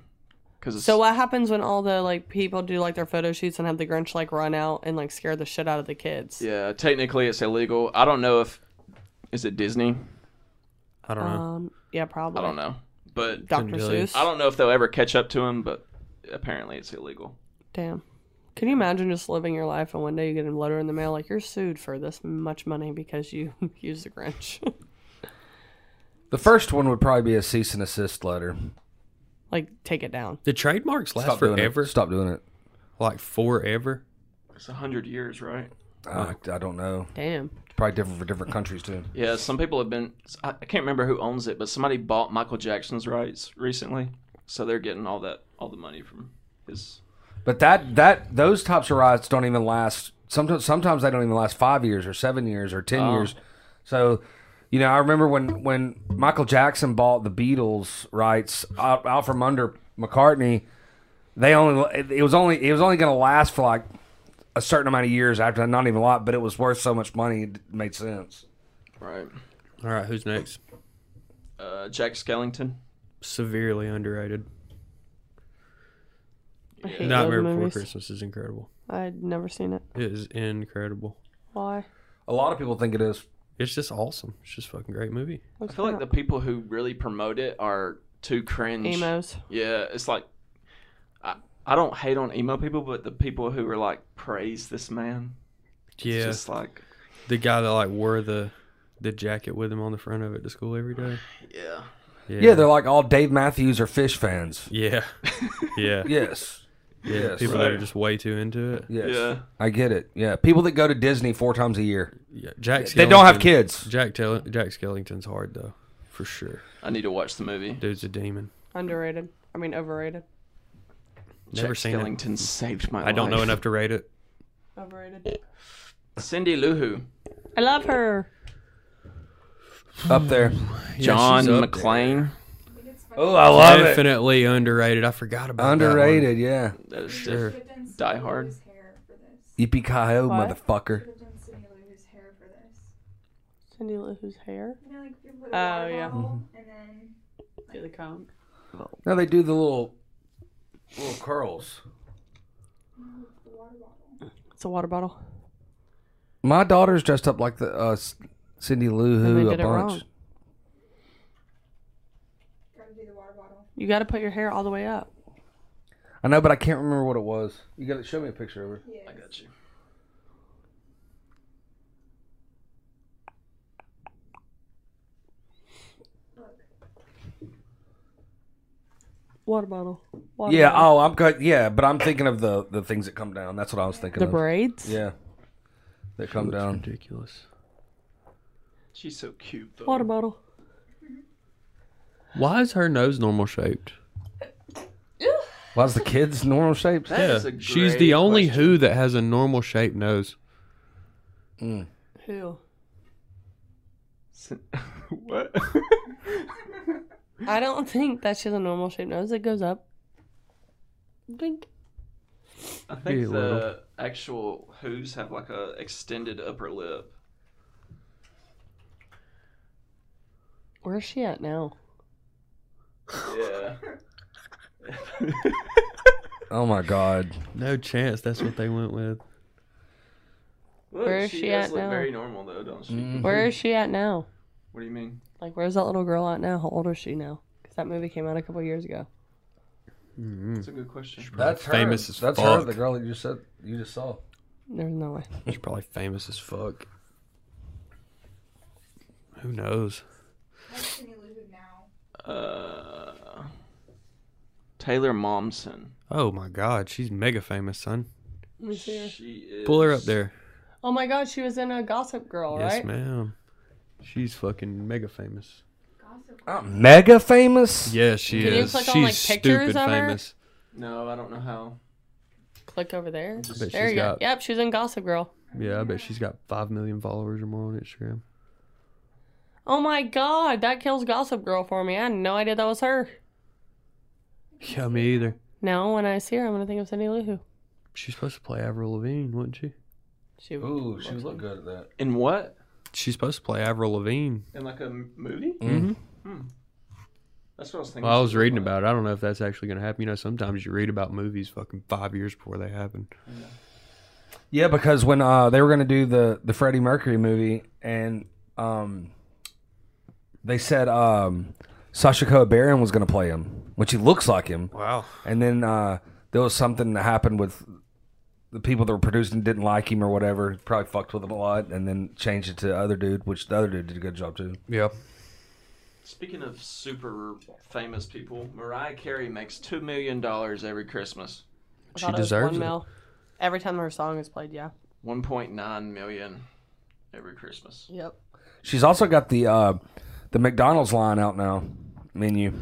E: Because
A: So what happens when all the like people do like their photo shoots and have the Grinch like run out and like scare the shit out of the kids?
E: Yeah, technically it's illegal. I don't know if is it Disney.
B: I don't know.
A: Um. Yeah. Probably.
E: I don't know, but
A: Dr.
B: Couldn't really-
A: Seuss.
E: I don't know if they'll ever catch up to him. But apparently it's illegal.
A: Damn. Can you imagine just living your life and one day you get a letter in the mail like you're sued for this much money because you used the Grinch?
C: The first one would probably be a cease and assist letter.
A: like, take it down.
B: The trademarks last
C: Stop
B: forever,
C: doing it. Stop doing it.
B: like forever.
E: It's a hundred years, right?
C: Uh,
B: Oh.
C: I don't know.
A: Damn.
C: It's probably different for different countries too.
E: Yeah, some people have been. I I can't remember who owns it, but somebody bought Michael Jackson's rights recently, so they're getting all that all the money from his.
C: But that that those types of riots don't even last. Sometimes sometimes they don't even last five years or seven years or ten
E: Oh.
C: years. So, you know, I remember when when Michael Jackson bought the Beatles rights out, out from under McCartney. They only it- it was only it was only going to last for like a certain amount of years after not even a lot, but it was worth so much money it made sense.
E: Right.
B: All right, who's next?
E: Uh, Jack Skellington.
B: Severely underrated.
A: I hate
B: Nightmare
A: those
B: Before
A: movies.
B: Christmas is incredible.
A: I'd never seen it.
B: It is incredible.
A: Why?
C: A lot of people think it is.
B: It's just awesome. It's just a fucking great movie.
E: I feel like the people who really promote it are too cringe.
A: Emos.
E: Yeah, it's like I, I don't hate on emo people, but the people who are like praise this man.
B: Yeah,
E: It's just like
B: the guy that like wore the the jacket with him on the front of it to school every day.
E: yeah.
C: Yeah, they're like all Dave Matthews or Fish fans.
B: yeah, yeah.
C: Yes.
B: Yeah,
C: Yes.
B: people that are
E: Right.
B: just way too into it.
C: Yes.
E: Yeah.
C: I get it. Yeah. People that go to Disney four times a year.
B: Yeah, Jack.
C: They don't have
B: Skellington-
C: kids.
B: Jack Tell- Jack Skellington's hard though, for sure.
E: I need to watch the movie.
B: Dude's a demon.
A: Underrated. I mean, overrated.
B: Never
E: Jack
B: seen it.
E: Skellington saved my life.
B: I don't know enough to rate it.
A: Overrated.
E: Cindy Lou Who,
A: I love her.
C: Up there.
E: John
B: she's up
E: McClane.
F: I think it's
C: Oh,
F: funny.
C: I love it.
B: Definitely underrated. I forgot about
C: Underrated. Yeah.
E: That is
B: Sure.
E: different.
F: Could have done
E: Die
F: Cindy
E: Hard.
F: Lou's hair for this.
C: Yippee ki oh,
A: What?
F: Could
C: motherfucker.
F: have done Cindy Lou's hair for this.
A: Cindy Lou Who's hair.
F: You know, like people put a
A: Oh,
F: water
A: yeah.
F: bottle
B: Mm-hmm.
F: and then
A: Do the comb.
C: No, they do the little little curls.
F: the water bottle.
A: It's a water bottle.
C: My daughter's dressed up like the uh, S- Cindy Lou
A: And they
C: Who a
A: did it wrong.
C: bunch.
F: Gotta do the water bottle.
A: You got to put your hair all the way up.
C: I know, but I can't remember what it was. You got to show me a picture of her.
F: Yes.
E: I got you.
F: Look.
A: Water bottle. Water
C: Yeah.
A: bottle.
C: Oh, I'm good. Yeah, but I'm thinking of the the things that come down. That's what I was thinking
A: The
C: of.
A: braids.
C: Yeah. That come
B: That one.
C: down.
B: Ridiculous.
E: She's so cute though.
A: Water bottle.
B: Why is her nose normal shaped?
C: Why's the kids normal shapes?
E: That is a
B: She's
E: great
B: the only
E: question.
B: Who that has a normal shaped nose.
A: Who?
E: Cin- what?
A: I don't think that she has a normal shaped nose. It goes up. Blink.
E: I
B: Be a
E: think
B: little.
E: the actual Who's have like a extended upper lip.
A: Where is she at now?
B: Mm-hmm.
E: Yeah.
C: Oh my god.
B: No chance. That's what they went with.
E: Look,
A: Where is
E: she,
A: she
E: does
A: at
E: look
A: now?
E: very normal though, don't she?
B: Mm.
A: Where is she at now?
E: What do you mean?
A: Like, where's that little girl at now? How old is she now? Because that movie came out a couple years ago.
B: Mm.
E: That's a good question.
C: That's her.
B: Famous as
C: That's her,
B: fuck.
C: the girl that you just said you just saw.
A: There's no way.
B: She's probably famous as fuck. Who knows?
F: How's Cindy Lou Who now?
E: Uh, Taylor Momsen.
B: Oh my god, she's mega famous, son.
A: Let me see her.
E: She is.
B: Pull her up there.
A: Oh my god, she was in a Gossip Girl,
B: Yes,
A: right?
B: ma'am. She's fucking mega famous.
F: Gossip.
C: I'm mega famous.
B: Yeah, she
A: Can you
B: is.
A: click
B: she's
A: on, like, pictures
B: stupid
A: of her?
B: famous.
E: No, I don't know how.
A: Click over there. There
B: bet she's
A: you go.
B: got-
A: Yep, she was in Gossip Girl.
B: Yeah, I bet she's got five million followers or more on Instagram.
A: Oh my god, that kills Gossip Girl for me. I had no idea that was her.
B: Yeah, me either.
A: Now, when I see her, I'm gonna think of Cindy Lou Who.
B: She's supposed to play Avril Lavigne, wasn't she?
A: She
C: Ooh, she looked good at that.
E: In what?
B: She's supposed to play Avril Lavigne.
E: In like a m- movie?
B: Mhm.
A: Mm-hmm.
E: Hmm. That's what I was thinking.
B: Well, I was
E: she
B: reading
E: like.
B: about it. I don't know if that's actually going to happen. You know, sometimes you read about movies fucking five years before they happen.
C: Yeah, because when uh, they were going to do the the Freddie Mercury movie, and um, they said um, Sasha Coa Baron was going to play him, which he looks like him.
B: Wow.
C: And then uh, there was something that happened with the people that were producing didn't like him or whatever. Probably fucked with him a lot, and then changed it to the other dude, which the other dude did a good job too.
B: Yeah.
E: Speaking of super famous people, Mariah Carey makes $2 million every Christmas.
A: I
B: She
A: thought it was
B: deserves
A: one
B: it.
A: mil. Every time her song is played, yeah.
E: 1.9 million every Christmas.
A: Yep.
C: She's also got the uh, the McDonald's line out now menu.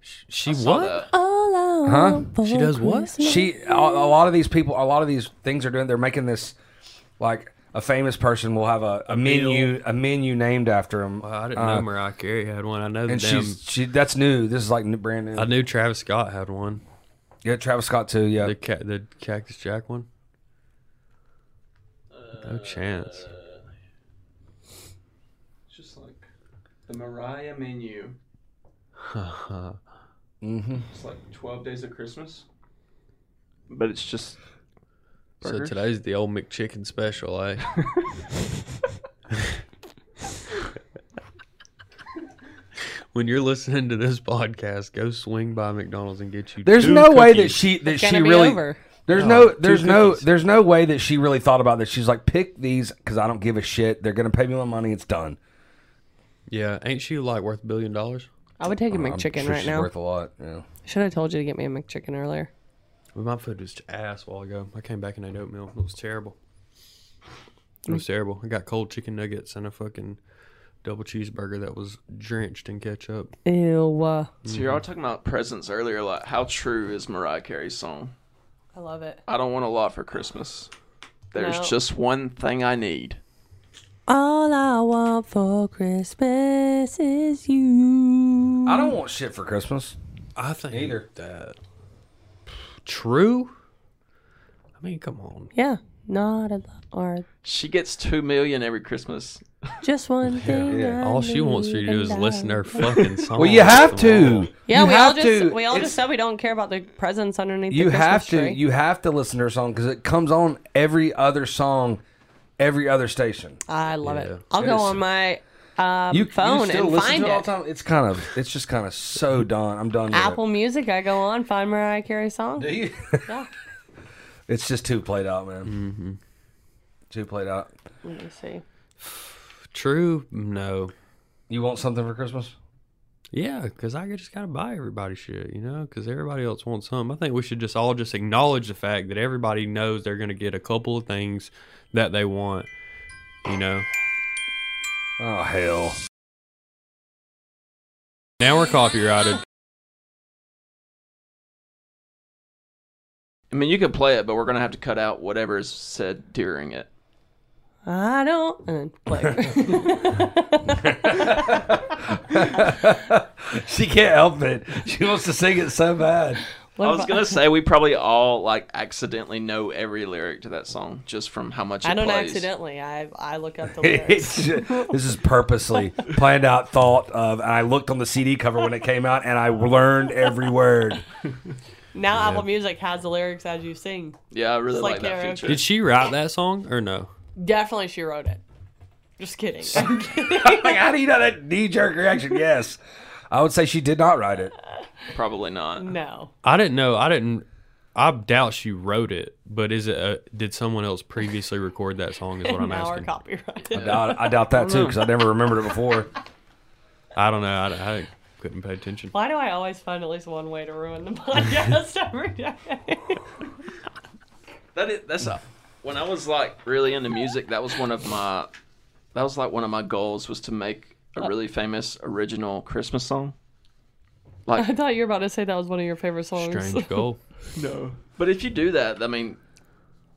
B: She
E: Saw
B: what? Oh.
E: that.
C: Huh?
B: She does what?
C: she a, a lot of these people a lot of these things are doing they're making this like a famous person will have a, a menu a menu named after them
B: Wow, I didn't know Mariah Carey had one. I know the
C: and
B: damn.
C: she's she that's new this is like new, brand new
B: I knew Travis Scott had one.
C: yeah travis scott too yeah
B: The ca- the Cactus Jack one.
E: Uh,
B: No chance.
E: It's just like the Mariah menu.
C: mm-hmm.
E: It's like 12 days of Christmas. But it's just.
B: so
E: burgers.
B: today's the old McChicken special, eh? when you're listening to this podcast, go swing by McDonald's and get you.
C: there's
B: two
C: no way that
B: cookies.
C: she that
A: Gonna
C: she
A: be
C: really
A: over.
C: there's
B: No,
C: no there's
B: two
C: no
B: cookies.
C: there's no way that she really thought about this she's like pick these because i don't give a shit they're gonna pay me my money it's done
B: Yeah, ain't she like worth a billion dollars?
A: I would take a
B: Oh,
C: I'm
A: McChicken
C: sure
A: right
C: she's
A: now.
C: worth a lot yeah
A: Should have told you to get me a McChicken earlier.
B: But my food was ass a while ago. I came back and ate oatmeal. It was terrible. It was terrible. I got cold chicken nuggets and a fucking double cheeseburger that was drenched in ketchup.
A: Ew. uh,
E: So you're all talking about presents earlier. Like, how true is Mariah Carey's song?
A: I love it.
E: I don't want a lot for Christmas. There's
A: No.
E: just one thing I need.
A: All I want for Christmas is you.
C: I don't want shit for Christmas.
B: I think
C: Neither.
B: that true. I mean, come on.
A: Yeah, not a lot. Or
E: She gets two million every Christmas.
A: just one thing. I
B: All she wants you to do
A: need
B: is
A: and
B: listen to
A: I-
B: her fucking song.
C: Well, you have
B: Come
C: to.
B: on.
A: Yeah,
C: You
A: we all
C: have
A: just
C: to.
A: we all
C: It's-
A: just said we don't care about the presents underneath.
C: You
A: the Christmas
C: have to.
A: tree.
C: You have to listen to her song because it comes on every other song, every other station.
A: I love
B: Yeah.
A: it. I'll go
C: Yes.
A: on my uh,
C: You
A: phone
C: you still
A: and
C: listen
A: find
C: to it all the
A: it.
C: time. It's kind of. It's just kind of so done. I'm done with
A: Apple Music. I go on find Mariah Carey song.
C: it.
A: Yeah.
C: it's just too played out, man. Too played out.
A: Let me see.
B: True. No.
C: You want something for Christmas?
B: Yeah, because I just gotta buy everybody shit, you know, because everybody else wants some. I think we should just all just acknowledge the fact that everybody knows they're gonna get a couple of things that they want, you know.
C: Oh hell!
B: Now we're copyrighted.
E: I mean, you could play it, but we're gonna have to cut out whatever is said during it.
A: I don't and then play.
C: she can't help it. She wants to sing it so bad.
E: I was gonna say we probably all like accidentally know every lyric to that song just from how much it
A: I don't
E: plays.
A: accidentally. I I look up the lyrics.
C: It's- this is purposely planned out thought of and i looked on the cd cover when it came out and i learned every word
A: now Apple Music has the lyrics as you sing.
E: Yeah, I really
A: like
E: like, that
A: karaoke.
E: feature.
B: Did she write that song or no?
A: Definitely, she wrote it. Just kidding.
C: like how do you know that knee-jerk reaction yes i would say she did not write it
E: Probably not.
A: no.
B: I didn't know. I didn't. I doubt she wrote it, but is it? A, did someone else previously record that song? Is what I'm
A: now we're
B: asking.
A: copyrighted.
C: I, I doubt that too because i never remembered it before
B: I don't know. I, I couldn't pay attention.
A: Why do I always find at least one way to ruin the podcast every day?
E: That is, that's a, when I was like really into music. That was one of my that was like one of my goals was to make a really famous original Christmas song.
A: I thought you were about to say that was one of your favorite songs.
B: Strange goal.
E: No, but if you do that, I mean,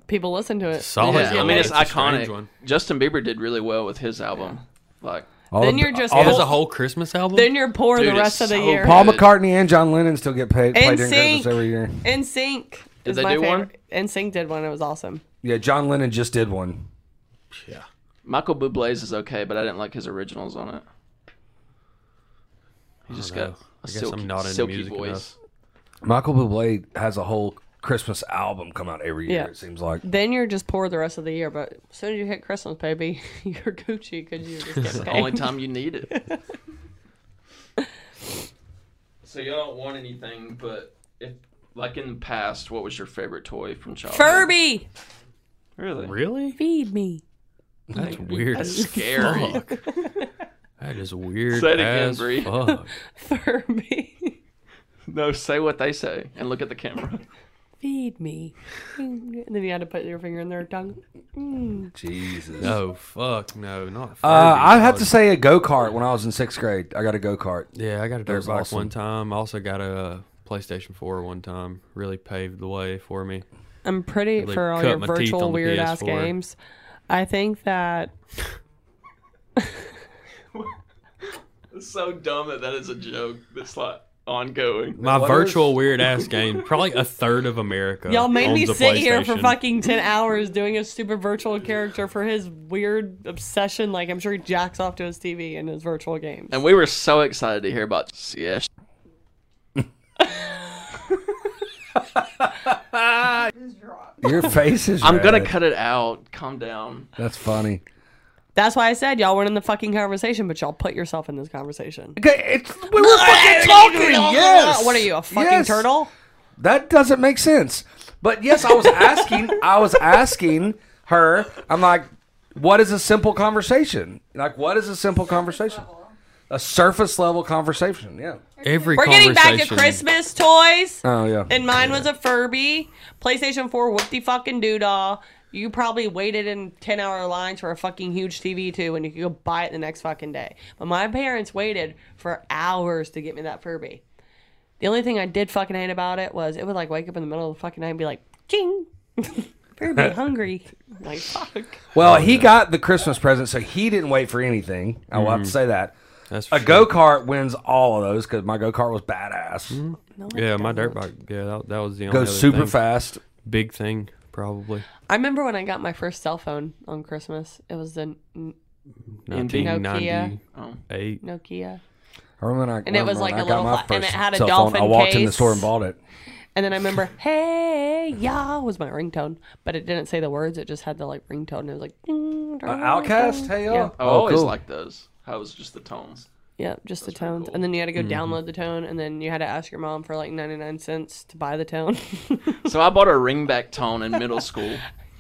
A: People listen to it.
B: Solid.
E: yeah, I mean it's,
B: goal. a strange
E: iconic. Justin Bieber did really well with his album. Like,
C: All
A: Then
C: the-
A: you're just
B: He
C: all the-
B: has Oh, a whole Christmas album.
A: Then you're poor
E: Dude,
A: the
E: it's
A: rest of the
E: so
A: year.
E: good.
C: paul mccartney and john lennon still get paid play during
A: NSYNC.
C: christmas every year
A: In Sync.
E: Did they do one?
A: In Sync did one. It was awesome.
C: yeah john lennon just did one
E: Michael Bublé's is okay, but I didn't like his originals on it. He just
B: know.
E: got
B: Oh, I
E: a
B: guess
E: silky,
B: I'm not into
E: silky
B: music
E: voice.
C: michael buble has a whole christmas album come out every year
A: Yeah.
C: it seems like
A: Then you're just poor the rest of the year. But as soon as you hit Christmas, baby, you're Gucci because you just get paid.
E: Only time you need it. so y'all don't want anything, but if like in the past, what was your favorite toy from childhood?
A: Furby,
E: Really?
B: really?
A: feed me.
B: That's weird.
E: That's scary.
B: That is weird.
E: Say it again,
B: as
E: Bree.
B: fuck.
A: Furby,
E: no, say what they say and look at the camera.
A: feed me. And then you had to put your finger in their tongue.
C: jesus
B: No, fuck, no, not.
C: Uh,
B: Furby,
C: I have
B: dog.
C: to say a go kart when I was in sixth grade. I got a go kart.
B: Yeah, I got a
C: They're
B: dirt bike
C: awesome.
B: one time. I also got a PlayStation 4 one time. Really paved the way for me.
A: I'm pretty
B: Like,
A: for all
B: cut
A: your
B: my teeth on
A: virtual
B: the
A: weird ass
B: PS4.
A: games. I think that
E: It's so dumb that that is a joke. It's like ongoing.
B: My
C: What
B: virtual
C: is-
B: weird ass game. Probably a third of America.
A: y'all made me
B: owns a
A: sit here for
B: PlayStation.
A: fucking ten hours doing a stupid virtual character for his weird obsession. Like I'm sure he jacks off to his TV and his virtual games.
E: And we were so excited to hear about CS.
F: Just drop.
C: Your face is.
E: I'm gonna
C: red.
E: cut it out. Calm down.
C: That's funny.
A: That's why I said y'all weren't in the fucking conversation, but y'all put yourself in this conversation.
C: Okay, it's we were fucking talking. Yes.
A: What are you, a fucking
C: Yes.
A: turtle?
C: That doesn't make sense. But yes, I was asking. I was asking her. I'm like, what is a simple conversation? Like, what is a simple conversation?
F: Level.
C: a surface level conversation. Yeah.
B: Every
A: We're getting back to
B: conversation-
A: Christmas toys.
C: Oh yeah.
A: And mine was a Furby, PlayStation 4 whoopty fucking doodah. You probably waited in 10 hour lines for a fucking huge TV too, and you could go buy it the next fucking day. But my parents waited for hours to get me that Furby. The only thing I did fucking hate about it was it would like wake up in the middle of the fucking night and be like, ching, Furby hungry. I'm like, fuck.
B: Oh,
C: Well, he got the Christmas present, so he didn't wait for anything. I will have to say that.
B: That's for
C: A
B: Mm-hmm. sure.
C: go kart wins all of those because my go kart was badass.
B: Yeah, my dirt bike. Yeah, that, that was Mm-hmm. the only
C: Goes
B: other
C: super
B: thing.
C: fast.
B: Big thing, probably.
A: I remember when I got my first cell phone on Christmas, it was the N- Nokia.
B: 1998.
A: Nokia.
C: I remember when I,
A: And it was
C: remember
A: like
C: when
A: a
C: I got
A: little
C: my
A: fla- and it
C: first
A: had a
C: cell
A: dolphin
C: I walked in the
A: case.
C: store and bought it.
A: And then I remember, hey, yeah, was my ringtone. But it didn't say the words. It just had the like ringtone. It was like, ding, dong,
C: Uh, Outcast,
A: dong.
C: hey
A: Yeah,
C: y'all. Oh,
E: I
B: Oh,
E: always liked those. How it was just the tones.
A: yeah just the
E: pretty
A: tones.
E: cool.
A: And then you had to go download the tone. And then you had to ask your mom for like 99 cents to buy the tone.
E: So I bought a ringback tone in middle school,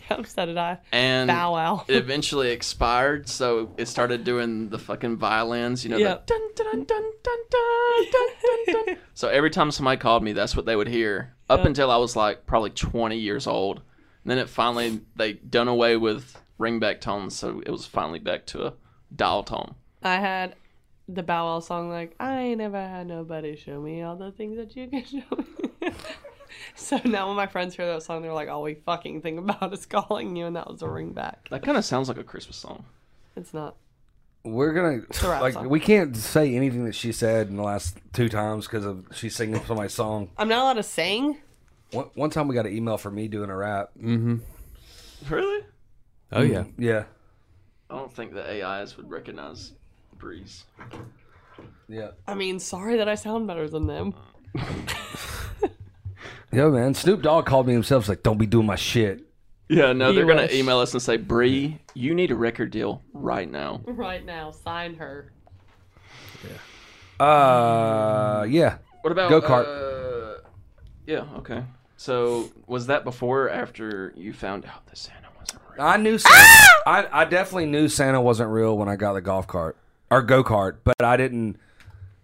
A: yep, so did I.
E: and
A: Bow wow.
E: it eventually expired. So it started doing the fucking violins, you know.
A: Yeah.
E: The dun, dun, dun, dun, dun, dun, dun, dun. So every time somebody called me, that's what they would hear. Up until I was like probably 20 years old, and then it finally they done away with ringback tones, so it was finally back to a dial tone.
A: I had the Bow Wow song like I ain't never had nobody show me all the things that you can show me. so now when my friends hear that song, they're like, all we fucking think about is calling you, and that was a ring back.
E: That kind of sounds like a Christmas song.
A: It's not.
C: We're
A: a
C: gonna
A: rap
C: like
A: song.
C: we can't say anything that she said in the last two times because of she's singing somebody's song.
A: I'm not allowed to sing.
C: One, one time we got an email from me doing a rap. Mm,
E: Really?
B: Oh, yeah.
C: Yeah,
E: I don't think the AIs would recognize Breeze.
C: yeah,
A: I mean, sorry that I sound better than them.
C: yeah, man. Snoop Dogg called me himself. He's like, "Don't be doing my shit."
E: Yeah, no,
A: You
E: they're gonna
A: wish.
E: email us and say, Bree, you need a record deal right now.
A: Right now, sign her.
C: Uh, yeah.
E: What about
C: Go-kart.
E: Uh, yeah, okay. So was that before or after you found out that Santa wasn't real?
C: I knew Santa. I, I definitely knew Santa wasn't real when I got the golf cart or go kart, but I didn't.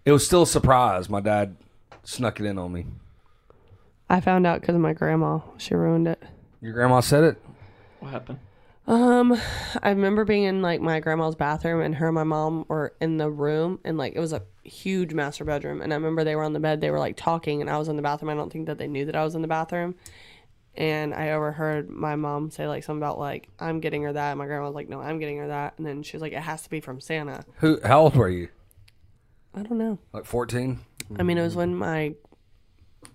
C: It was still a surprise. My dad snuck it in on me.
A: I found out because of my grandma. She ruined it.
C: Your grandma said it.
E: What happened?
A: Um, I remember being in like my grandma's bathroom, and her and my mom were in the room, and like it was a huge master bedroom. And I remember they were on the bed, they were like talking, and I was in the bathroom. I don't think that they knew that I was in the bathroom. And I overheard my mom say like something about like I'm getting her that. And my grandma was like, No, I'm getting her that. And then she was like, It has to be from Santa.
C: Who? How old were you?
A: I don't know.
C: Like fourteen.
A: I mean, it was when my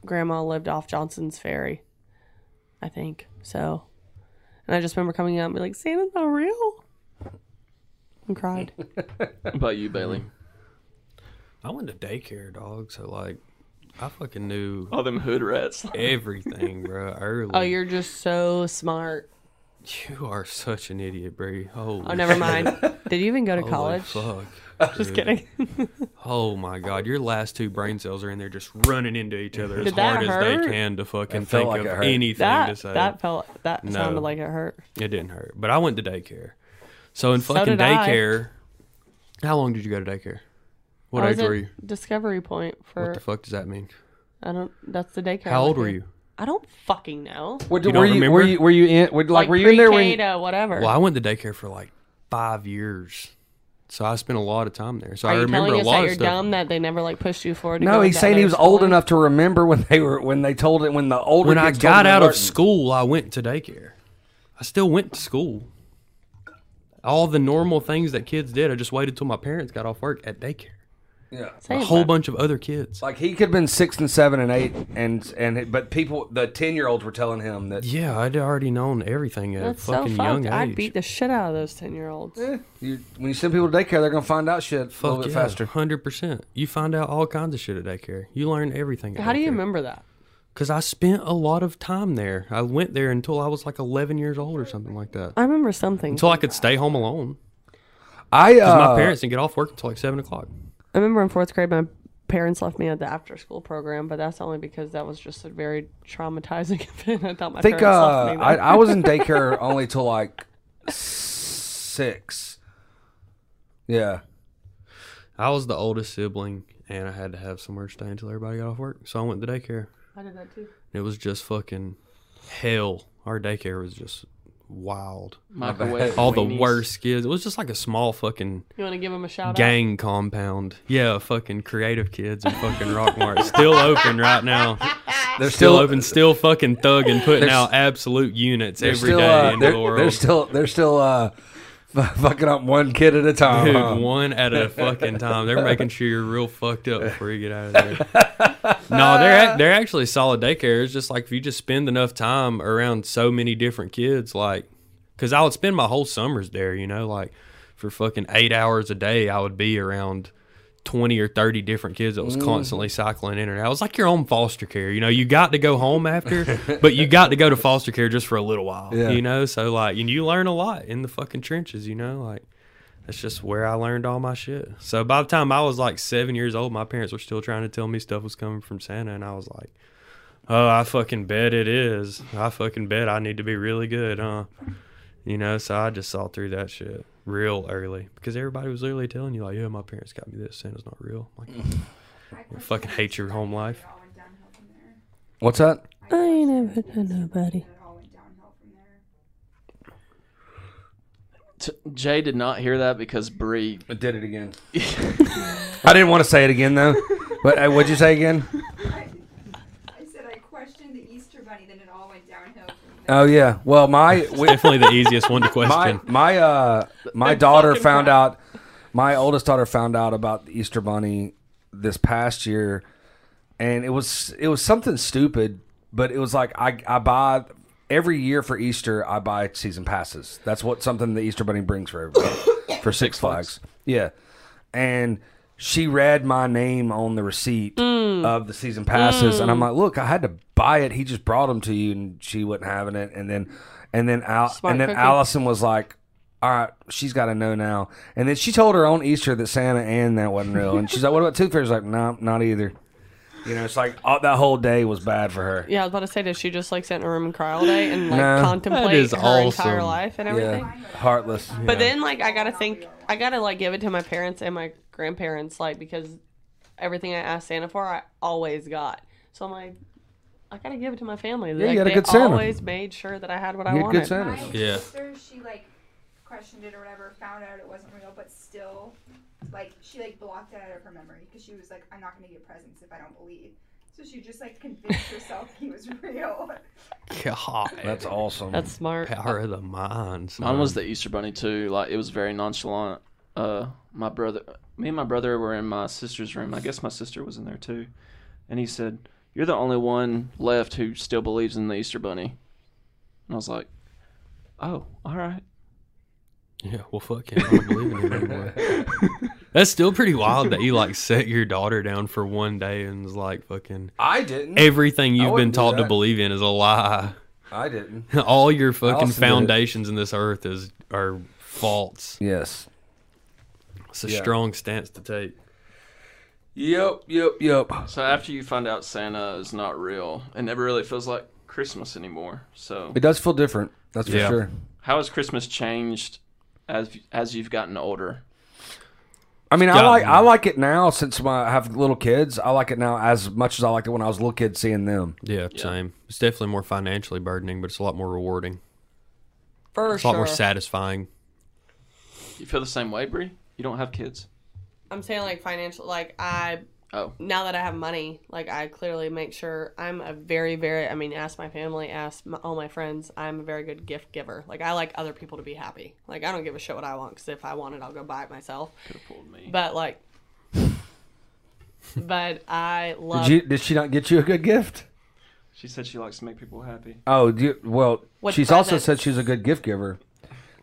A: grandma lived off Johnson's Ferry, I think. So, and I just remember coming out and be like, Santa's not real. And cried.
E: What about you, Bailey?
B: I went to daycare, dog. So, like, I fucking knew
E: All them hood rats.
B: everything, bro, early.
A: oh, you're just so smart.
B: You are such an idiot, Bree. Holy
A: Oh, never mind. Did you even go to
B: Holy
A: college?
B: Oh, Fuck.
A: Just
B: dude.
A: kidding.
B: Oh my god, your last two brain cells are in there just running into each other as
A: Did that
B: hard as
A: hurt?
B: they can to fucking
C: That felt
B: think
C: like
B: of
C: it hurt.
B: anything to
A: that
B: say.
A: that felt that
B: No.
A: sounded like it hurt.
B: It didn't hurt, but I went to daycare. So in fucking
A: did I.
B: daycare, how long did you go to daycare? What
A: I
B: age
A: was at
B: were you?
A: Discovery Point
B: What
A: for
B: the fuck does that mean?
A: I don't. That's the daycare.
B: How
A: I
B: old
A: went
B: were
A: to.
B: you?
A: I don't fucking know.
C: What,
B: You
C: were,
B: don't
C: you,
B: remember?
C: were you? Were you in? Were, like,
A: Like,
C: were you in there
A: pre-K
C: when?
A: to whatever.
B: Well, I went to daycare for like five years, so I spent a lot of time there. So
A: Are
B: I
A: you
B: remember
A: telling
B: a
A: us
B: lot
A: that
B: of
A: you're
B: stuff.
A: dumb that they never like pushed you forward? To
C: No,
A: go
C: he's
A: into
C: saying he
A: other
C: was old
A: schooling?
C: enough to remember when they were when they told it when the older
B: When I
C: kids told him
B: got
C: they
B: out of
C: weren't.
B: school, I went to daycare. I still went to school. All the normal things that kids did, I just waited till my parents got off work at daycare.
C: Yeah.
B: A
A: Same.
B: whole bunch of other kids.
C: Like he could have been six and seven and eight and and but people the ten year olds were telling him that
B: Yeah, I'd already known everything at
A: That's
B: a fucking
A: so
B: young
A: fucked.
B: age.
A: I'd beat the shit out of those ten year olds.
C: you, when you send people to daycare they're gonna find out shit a little bit faster.
B: Hundred percent. You find out all kinds of shit at daycare. You learn everything. At
A: How do you remember that?
B: Because I spent a lot of time there. I went there until I was like eleven years old or something like that.
A: I remember something.
B: Until I could stay home alone.
C: I
B: 'Cause
C: uh,
B: my parents didn't get off work until like seven o'clock.
A: I remember in fourth grade, my parents left me at the after school program, but that's only because that was just a very traumatizing event. I thought my
C: I think
A: parents
C: uh,
A: left me.
C: I,
A: there.
C: I was in daycare only till like six. Yeah.
B: I was the oldest sibling, and I had to have somewhere to stay until everybody got off work. So I went to daycare.
A: I did that too.
B: It was just fucking hell. Our daycare was just wild.
E: Microwave.
B: All the
E: weenies.
B: worst kids. It was just like a small fucking
A: You want to give him a shout out?
B: gang compound. Yeah, fucking creative kids and fucking Rock Mart. Still open right now. They're still,
C: still-
B: open, still fucking thugging, putting
C: There's-
B: out absolute units
C: They're
B: every day
C: still, uh,
B: in
C: they're,
B: the world.
C: they're still they're still uh, f- fucking up one kid at a time.
B: Dude,
C: huh?
B: one at a fucking time. They're making sure you're real fucked up before you get out of there. no, they're ac- they're actually solid daycare. It's just like if you just spend enough time around so many different kids, like, because I would spend my whole summers there. You know, like for fucking eight hours a day, I would be around. 20 or 30 different kids that was constantly cycling in and out. It was like your own foster care. You know, you got to go home after, but you got to go to foster care just for a little while.
C: Yeah.
B: You know, so like, and you learn a lot in the fucking trenches, you know, like that's just where I learned all my shit. So by the time I was like seven years old, my parents were still trying to tell me stuff was coming from Santa, and I was like, "Oh, I fucking bet it is. I fucking bet I need to be really good, huh?" You know. So I just saw through that shit real early because everybody was literally telling you like, "Yeah, my parents got me this. Santa's not real." I'm like,
F: I
B: fucking hate your home life.
F: It all went downhill from there.
C: What's that?
A: I ain't never had nobody.
F: It all went downhill from there.
E: T- Jay did not hear that because Bree.
C: I did it again. I didn't want to say it again though. But uh, what'd you say again?
F: I said I questioned the Easter Bunny, then it all went downhill from there.
C: Oh yeah. Well, my we,
B: Definitely the easiest one to question.
C: my my uh my daughter found out my oldest daughter found out about the Easter bunny this past year and it was it was something stupid but it was like I I buy every year for Easter I buy season passes. That's what something the Easter bunny brings for everybody for Six Flags. Yeah. And she read my name on the receipt
A: Mm.
C: of the season passes, and I'm like, "Look, I had to buy it. He just brought them to you, and she wasn't having it." And then, and then Al-
A: Smart
C: and then
A: cookie.
C: Allison was like, "All right, she's got to know now." And then she told her on Easter that Santa and that wasn't real, and she's like, "What about Tooth Fairy's?" Like, no, not either. You know, it's like all, that whole day was bad for her.
A: Yeah, I was about to say, did she just like sit in a room and cry all day and like
C: No.
A: contemplate
B: is
A: her entire
B: awesome.
A: life and everything?
C: Yeah, heartless.
A: But then, like, I gotta think, I gotta like give it to my parents and my grandparents, like, because everything I asked Santa for, I always got. So I'm like, I gotta give it to my family.
C: you
A: like,
C: had a
A: they
C: good Santa.
A: always made sure that I had what I
C: You had
A: wanted.
C: good Santa.
F: My
B: Yeah.
F: sister, she like questioned it or whatever, found out it wasn't real, but still, like she like blocked it out of her memory because she was like, I'm not gonna get presents if I don't believe. So she just like convinced herself he was real.
B: God,
C: That's awesome.
A: That's smart.
B: power of the mind.
E: Mine
B: son.
E: was the Easter Bunny too. Like it was very nonchalant. Uh, my brother, me and my brother were in my sister's room. I guess my sister was in there too, and he said, "You're the only one left who still believes in the Easter Bunny." And I was like, "Oh, all right."
B: Yeah, well, fuck him. I don't believe in him anymore. That's still pretty wild that you like set your daughter down for one day and was like, fucking
C: I didn't.
B: everything you've been
C: wouldn't do
B: taught to
C: that.
B: believe in is a lie.
C: I didn't.
B: All your fucking
C: Allison did it.
B: foundations in this earth is are false.
C: Yes.
B: It's a
C: Yeah.
B: strong stance to take.
C: Yep. Yep. Yep.
E: So after you find out Santa is not real, it never really feels like Christmas anymore. So
C: It does feel different. That's for
B: Yeah.
C: sure.
E: how has Christmas changed as as you've gotten older?
C: I mean, I
B: gotten
C: like I like it now since my, I have little kids. I like it now as much as I liked it when I was a little kid seeing them.
B: Yeah, same. It's definitely more financially burdening, but it's a lot more rewarding.
A: For
B: It's a lot
A: sure.
B: more satisfying.
E: You feel the same way, Bree? You don't have kids.
A: I'm saying, like, financial, like, I
E: Oh,
A: now that I have money, like I clearly make sure I'm a very, very, I mean, ask my family, ask my, all my friends, I'm a very good gift giver. Like I like other people to be happy. Like I don't give a shit what I want because if I want it, I'll go buy it myself.
E: could have pulled me.
A: But like, but I love
C: Did you? Did she not get you a good gift?
E: She said she likes to make people happy.
C: Oh, do you, well,
A: What
C: she's also
A: presents?
C: said she's a good gift giver.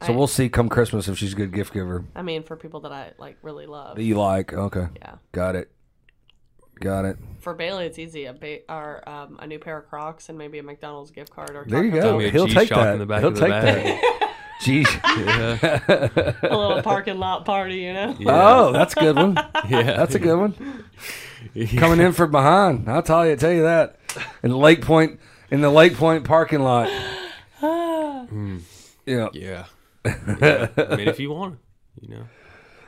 C: So
A: I-
C: we'll see come Christmas if she's a good gift giver
A: I mean, for people that I like really love.
C: that you like. Okay,
A: Yeah.
C: got it, got it.
A: For Bailey, it's easy. A ba- or um, a new pair of Crocs and maybe a McDonald's gift card. Or
C: There you
A: Taco
C: go.
B: me a
C: He'll take
B: G-Shock in
C: that.
B: the back
C: He'll
B: of the
C: take
B: bag.
C: that. Geez.
B: Yeah.
A: Bell, A little parking lot party, you know.
C: Oh, that's a good one.
B: Yeah.
C: That's a good one. Coming in from behind. I'll tell you, tell you that. In Lake Point, in the Lake Point parking lot. Yeah.
B: Yeah. yeah. I mean, if you want, to, you know.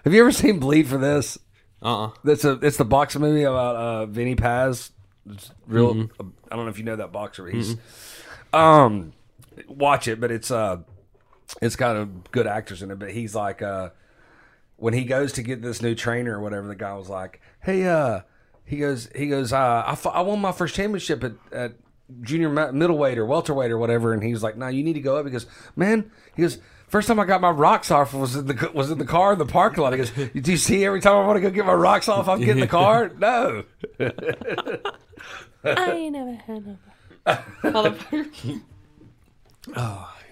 C: Have you ever seen Bleed for this?
B: Uh uh
C: That's a it's the boxer movie about uh Vinny Paz. It's real uh, I don't know if you know that boxer. He's um watch it, but it's uh it's got a good actors in it, but he's like uh when he goes to get this new trainer or whatever, the guy was like, "Hey, uh, he goes, he goes, uh, I, fo- I won my first championship at, at junior ma- middleweight or welterweight or whatever," and he was like, "No, you need to go up." He goes, "Man," he goes. First time I got my rocks off was in the c- was in the car in the parking lot. He goes, "Do you see every time I want to go get my rocks off, I'm getting the car?" No,
A: I ain't never had no. Motherfucker.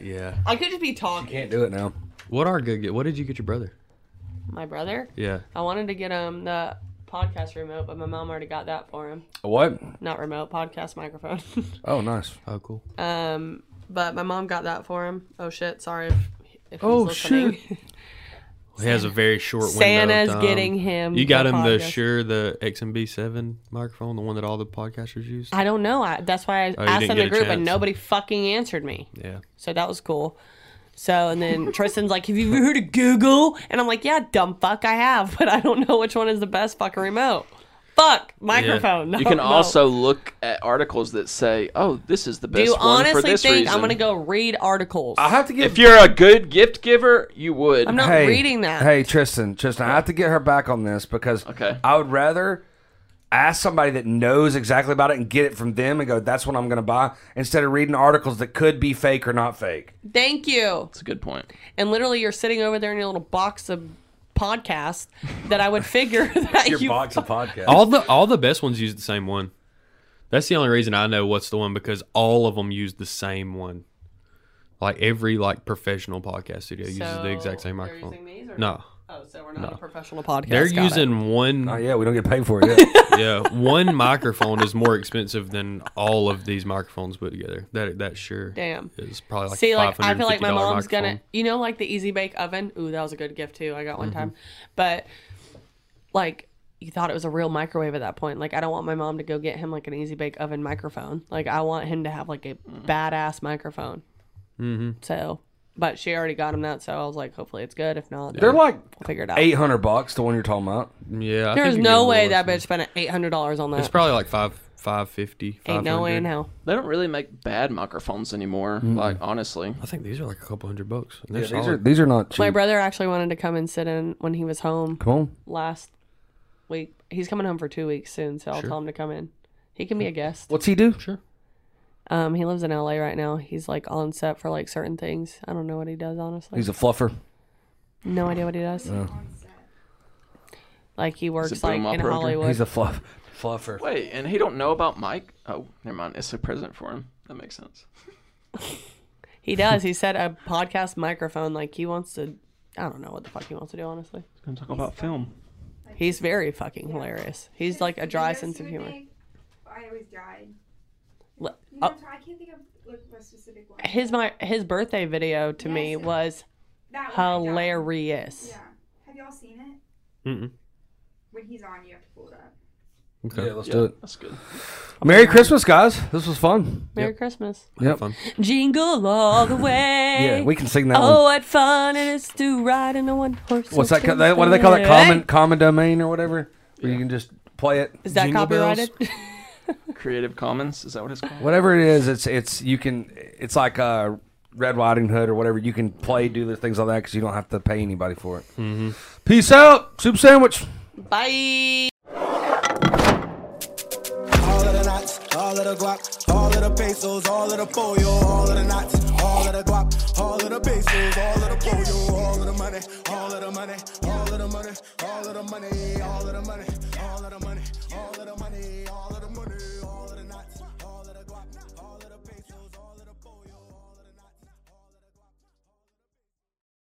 B: Yeah.
A: I could just be talking.
C: can't do it now.
B: What are good? What did you get your brother?
A: My brother.
B: Yeah.
A: I wanted to get him the podcast remote, but my mom already got that for him.
C: What?
A: Not remote, podcast microphone.
C: Oh, nice.
B: Oh, cool.
A: um, but my mom got that for him. Oh shit! Sorry if, if
B: Oh,
A: he's listening. Shit.
B: He has a very short window.
A: Santa's
B: of time.
A: getting him.
B: You got Uh, him the
A: podcast.
B: Shure, the XMB7 microphone, the one that all the podcasters use.
A: I don't know. I, that's why I
B: Oh, you
A: asked in
B: didn't
A: the
B: get a
A: group, and
B: chance.
A: nobody fucking answered me.
B: Yeah.
A: So that was cool. So and then Tristan's like, "Have you ever heard of Google?" And I'm like, "Yeah, dumb fuck, I have, but I don't know which one is the best fucking remote." Fuck microphone.
E: You
A: No,
E: can
A: no.
E: also look at articles that say, "Oh, this is the
A: Do
E: best
A: you
E: one for
A: honestly
E: this
A: think
E: reason."
A: I'm gonna go read articles?
C: I have to get
E: If you're a good gift giver, you would.
A: I'm not reading that.
C: Hey, Tristan, Tristan, I have to get her back on this because
E: Okay.
C: I would rather ask somebody that knows exactly about it and get it from them and go, that's what I'm going to buy, instead of reading articles that could be fake or not fake.
A: Thank you.
E: That's a good point.
A: And literally, you're sitting over there in your little box of podcasts that I would figure that you.
C: of podcasts.
B: All the all the best ones use the same one. That's the only reason I know what's the one because all of them use the same one. Like every like professional podcast studio uses the exact same
A: they're
B: microphone.
A: using these or-
B: No,
A: Oh, so we're not a professional podcast.
B: they're
A: Got it.
B: using one.
C: Oh, yeah, we don't get paid for it yet.
B: yeah, one microphone is more expensive than all of these microphones put together. That that sure
A: Damn.
B: is probably like
A: See, like I feel like my
B: $550
A: mom's gonna,
B: microphone.
A: you know, like the Easy Bake Oven. Ooh, that was a good gift too. I got one time, but like you thought it was a real microwave at that point. Like I don't want my mom to go get him like an Easy Bake Oven microphone. Like I want him to have like a badass microphone. Mm-hmm. So, but she already got him that, so I was like, hopefully it's good. If not,
C: They're
A: then
C: like
A: we'll figure it out.
C: 800 bucks, the one you're talking about.
B: Yeah, I
A: There's
B: think it
A: no
B: is
A: way
B: more
A: that
B: than-
A: bitch spent eight hundred dollars on that.
B: It's probably like five five fifty.
A: Ain't no way in hell.
E: They don't really make bad microphones anymore. Like honestly,
B: I think these are like a couple hundred bucks. And they're
C: Yeah, these,
B: solid.
C: are, these are not cheap.
A: My brother actually wanted to come and sit in when he was home
C: Come on.
A: last week. He's coming home for two weeks soon, so I'll tell him to come in. He can be a guest.
C: What's he do?
B: Sure.
A: Um, he lives in LA right now. He's like on set for like certain things. I don't know what he does honestly.
C: He's Oh. a fluffer.
A: no idea what he does.
F: on set.
A: Like he works like in
E: boom operator.
A: Hollywood.
C: He's a fluff fluffer.
E: wait, and he don't know about Mike. Oh, never mind. It's a present for him. That makes sense.
A: he does. He said a podcast microphone. Like he wants to. I don't know what the fuck he wants to do honestly.
E: Gonna talk about film.
A: He's very fucking hilarious. He's like a dry
F: Yes,
A: sense of
F: you would
A: humor.
F: think, I always died.
A: Look,
F: You
A: uh,
F: know, I can't think of like, a specific one.
A: his my his birthday video to me
F: Yes.
A: was
F: That one I died.
A: hilarious.
F: Yeah. Have y'all seen it?
B: Mm-mm.
F: When he's on, you have to pull it up.
B: Okay.
C: Yeah, let's do it.
E: That's good.
C: Merry Christmas, guys. This was fun.
A: Merry Christmas.
C: Yep.
B: Fun.
A: Jingle all the way.
C: Yeah, we can sing that one.
A: Oh, what fun it is to ride in a one horse.
C: What's that?
A: open
C: co- that- What do they call
A: sleigh.
C: that? Common common domain or whatever, where you can just play it.
A: Is that
B: Jingle bells?
A: copyrighted?
E: Creative Commons. Is that what it's called?
C: Whatever it is, it's it's you can. It's like uh, Red Riding Hood or whatever. You can play, do the things like that because you don't have to pay anybody for it. Mm-hmm. Peace out, soup sandwich.
A: Bye.
D: All of the knots, all of the guap, all of the pesos, all of the pollo, all of the knots, all of the guap, all of the pesos, all of the pollo, all of the money, all of the money, all of the money, all of the money, all of the money, all of the money, all of the money.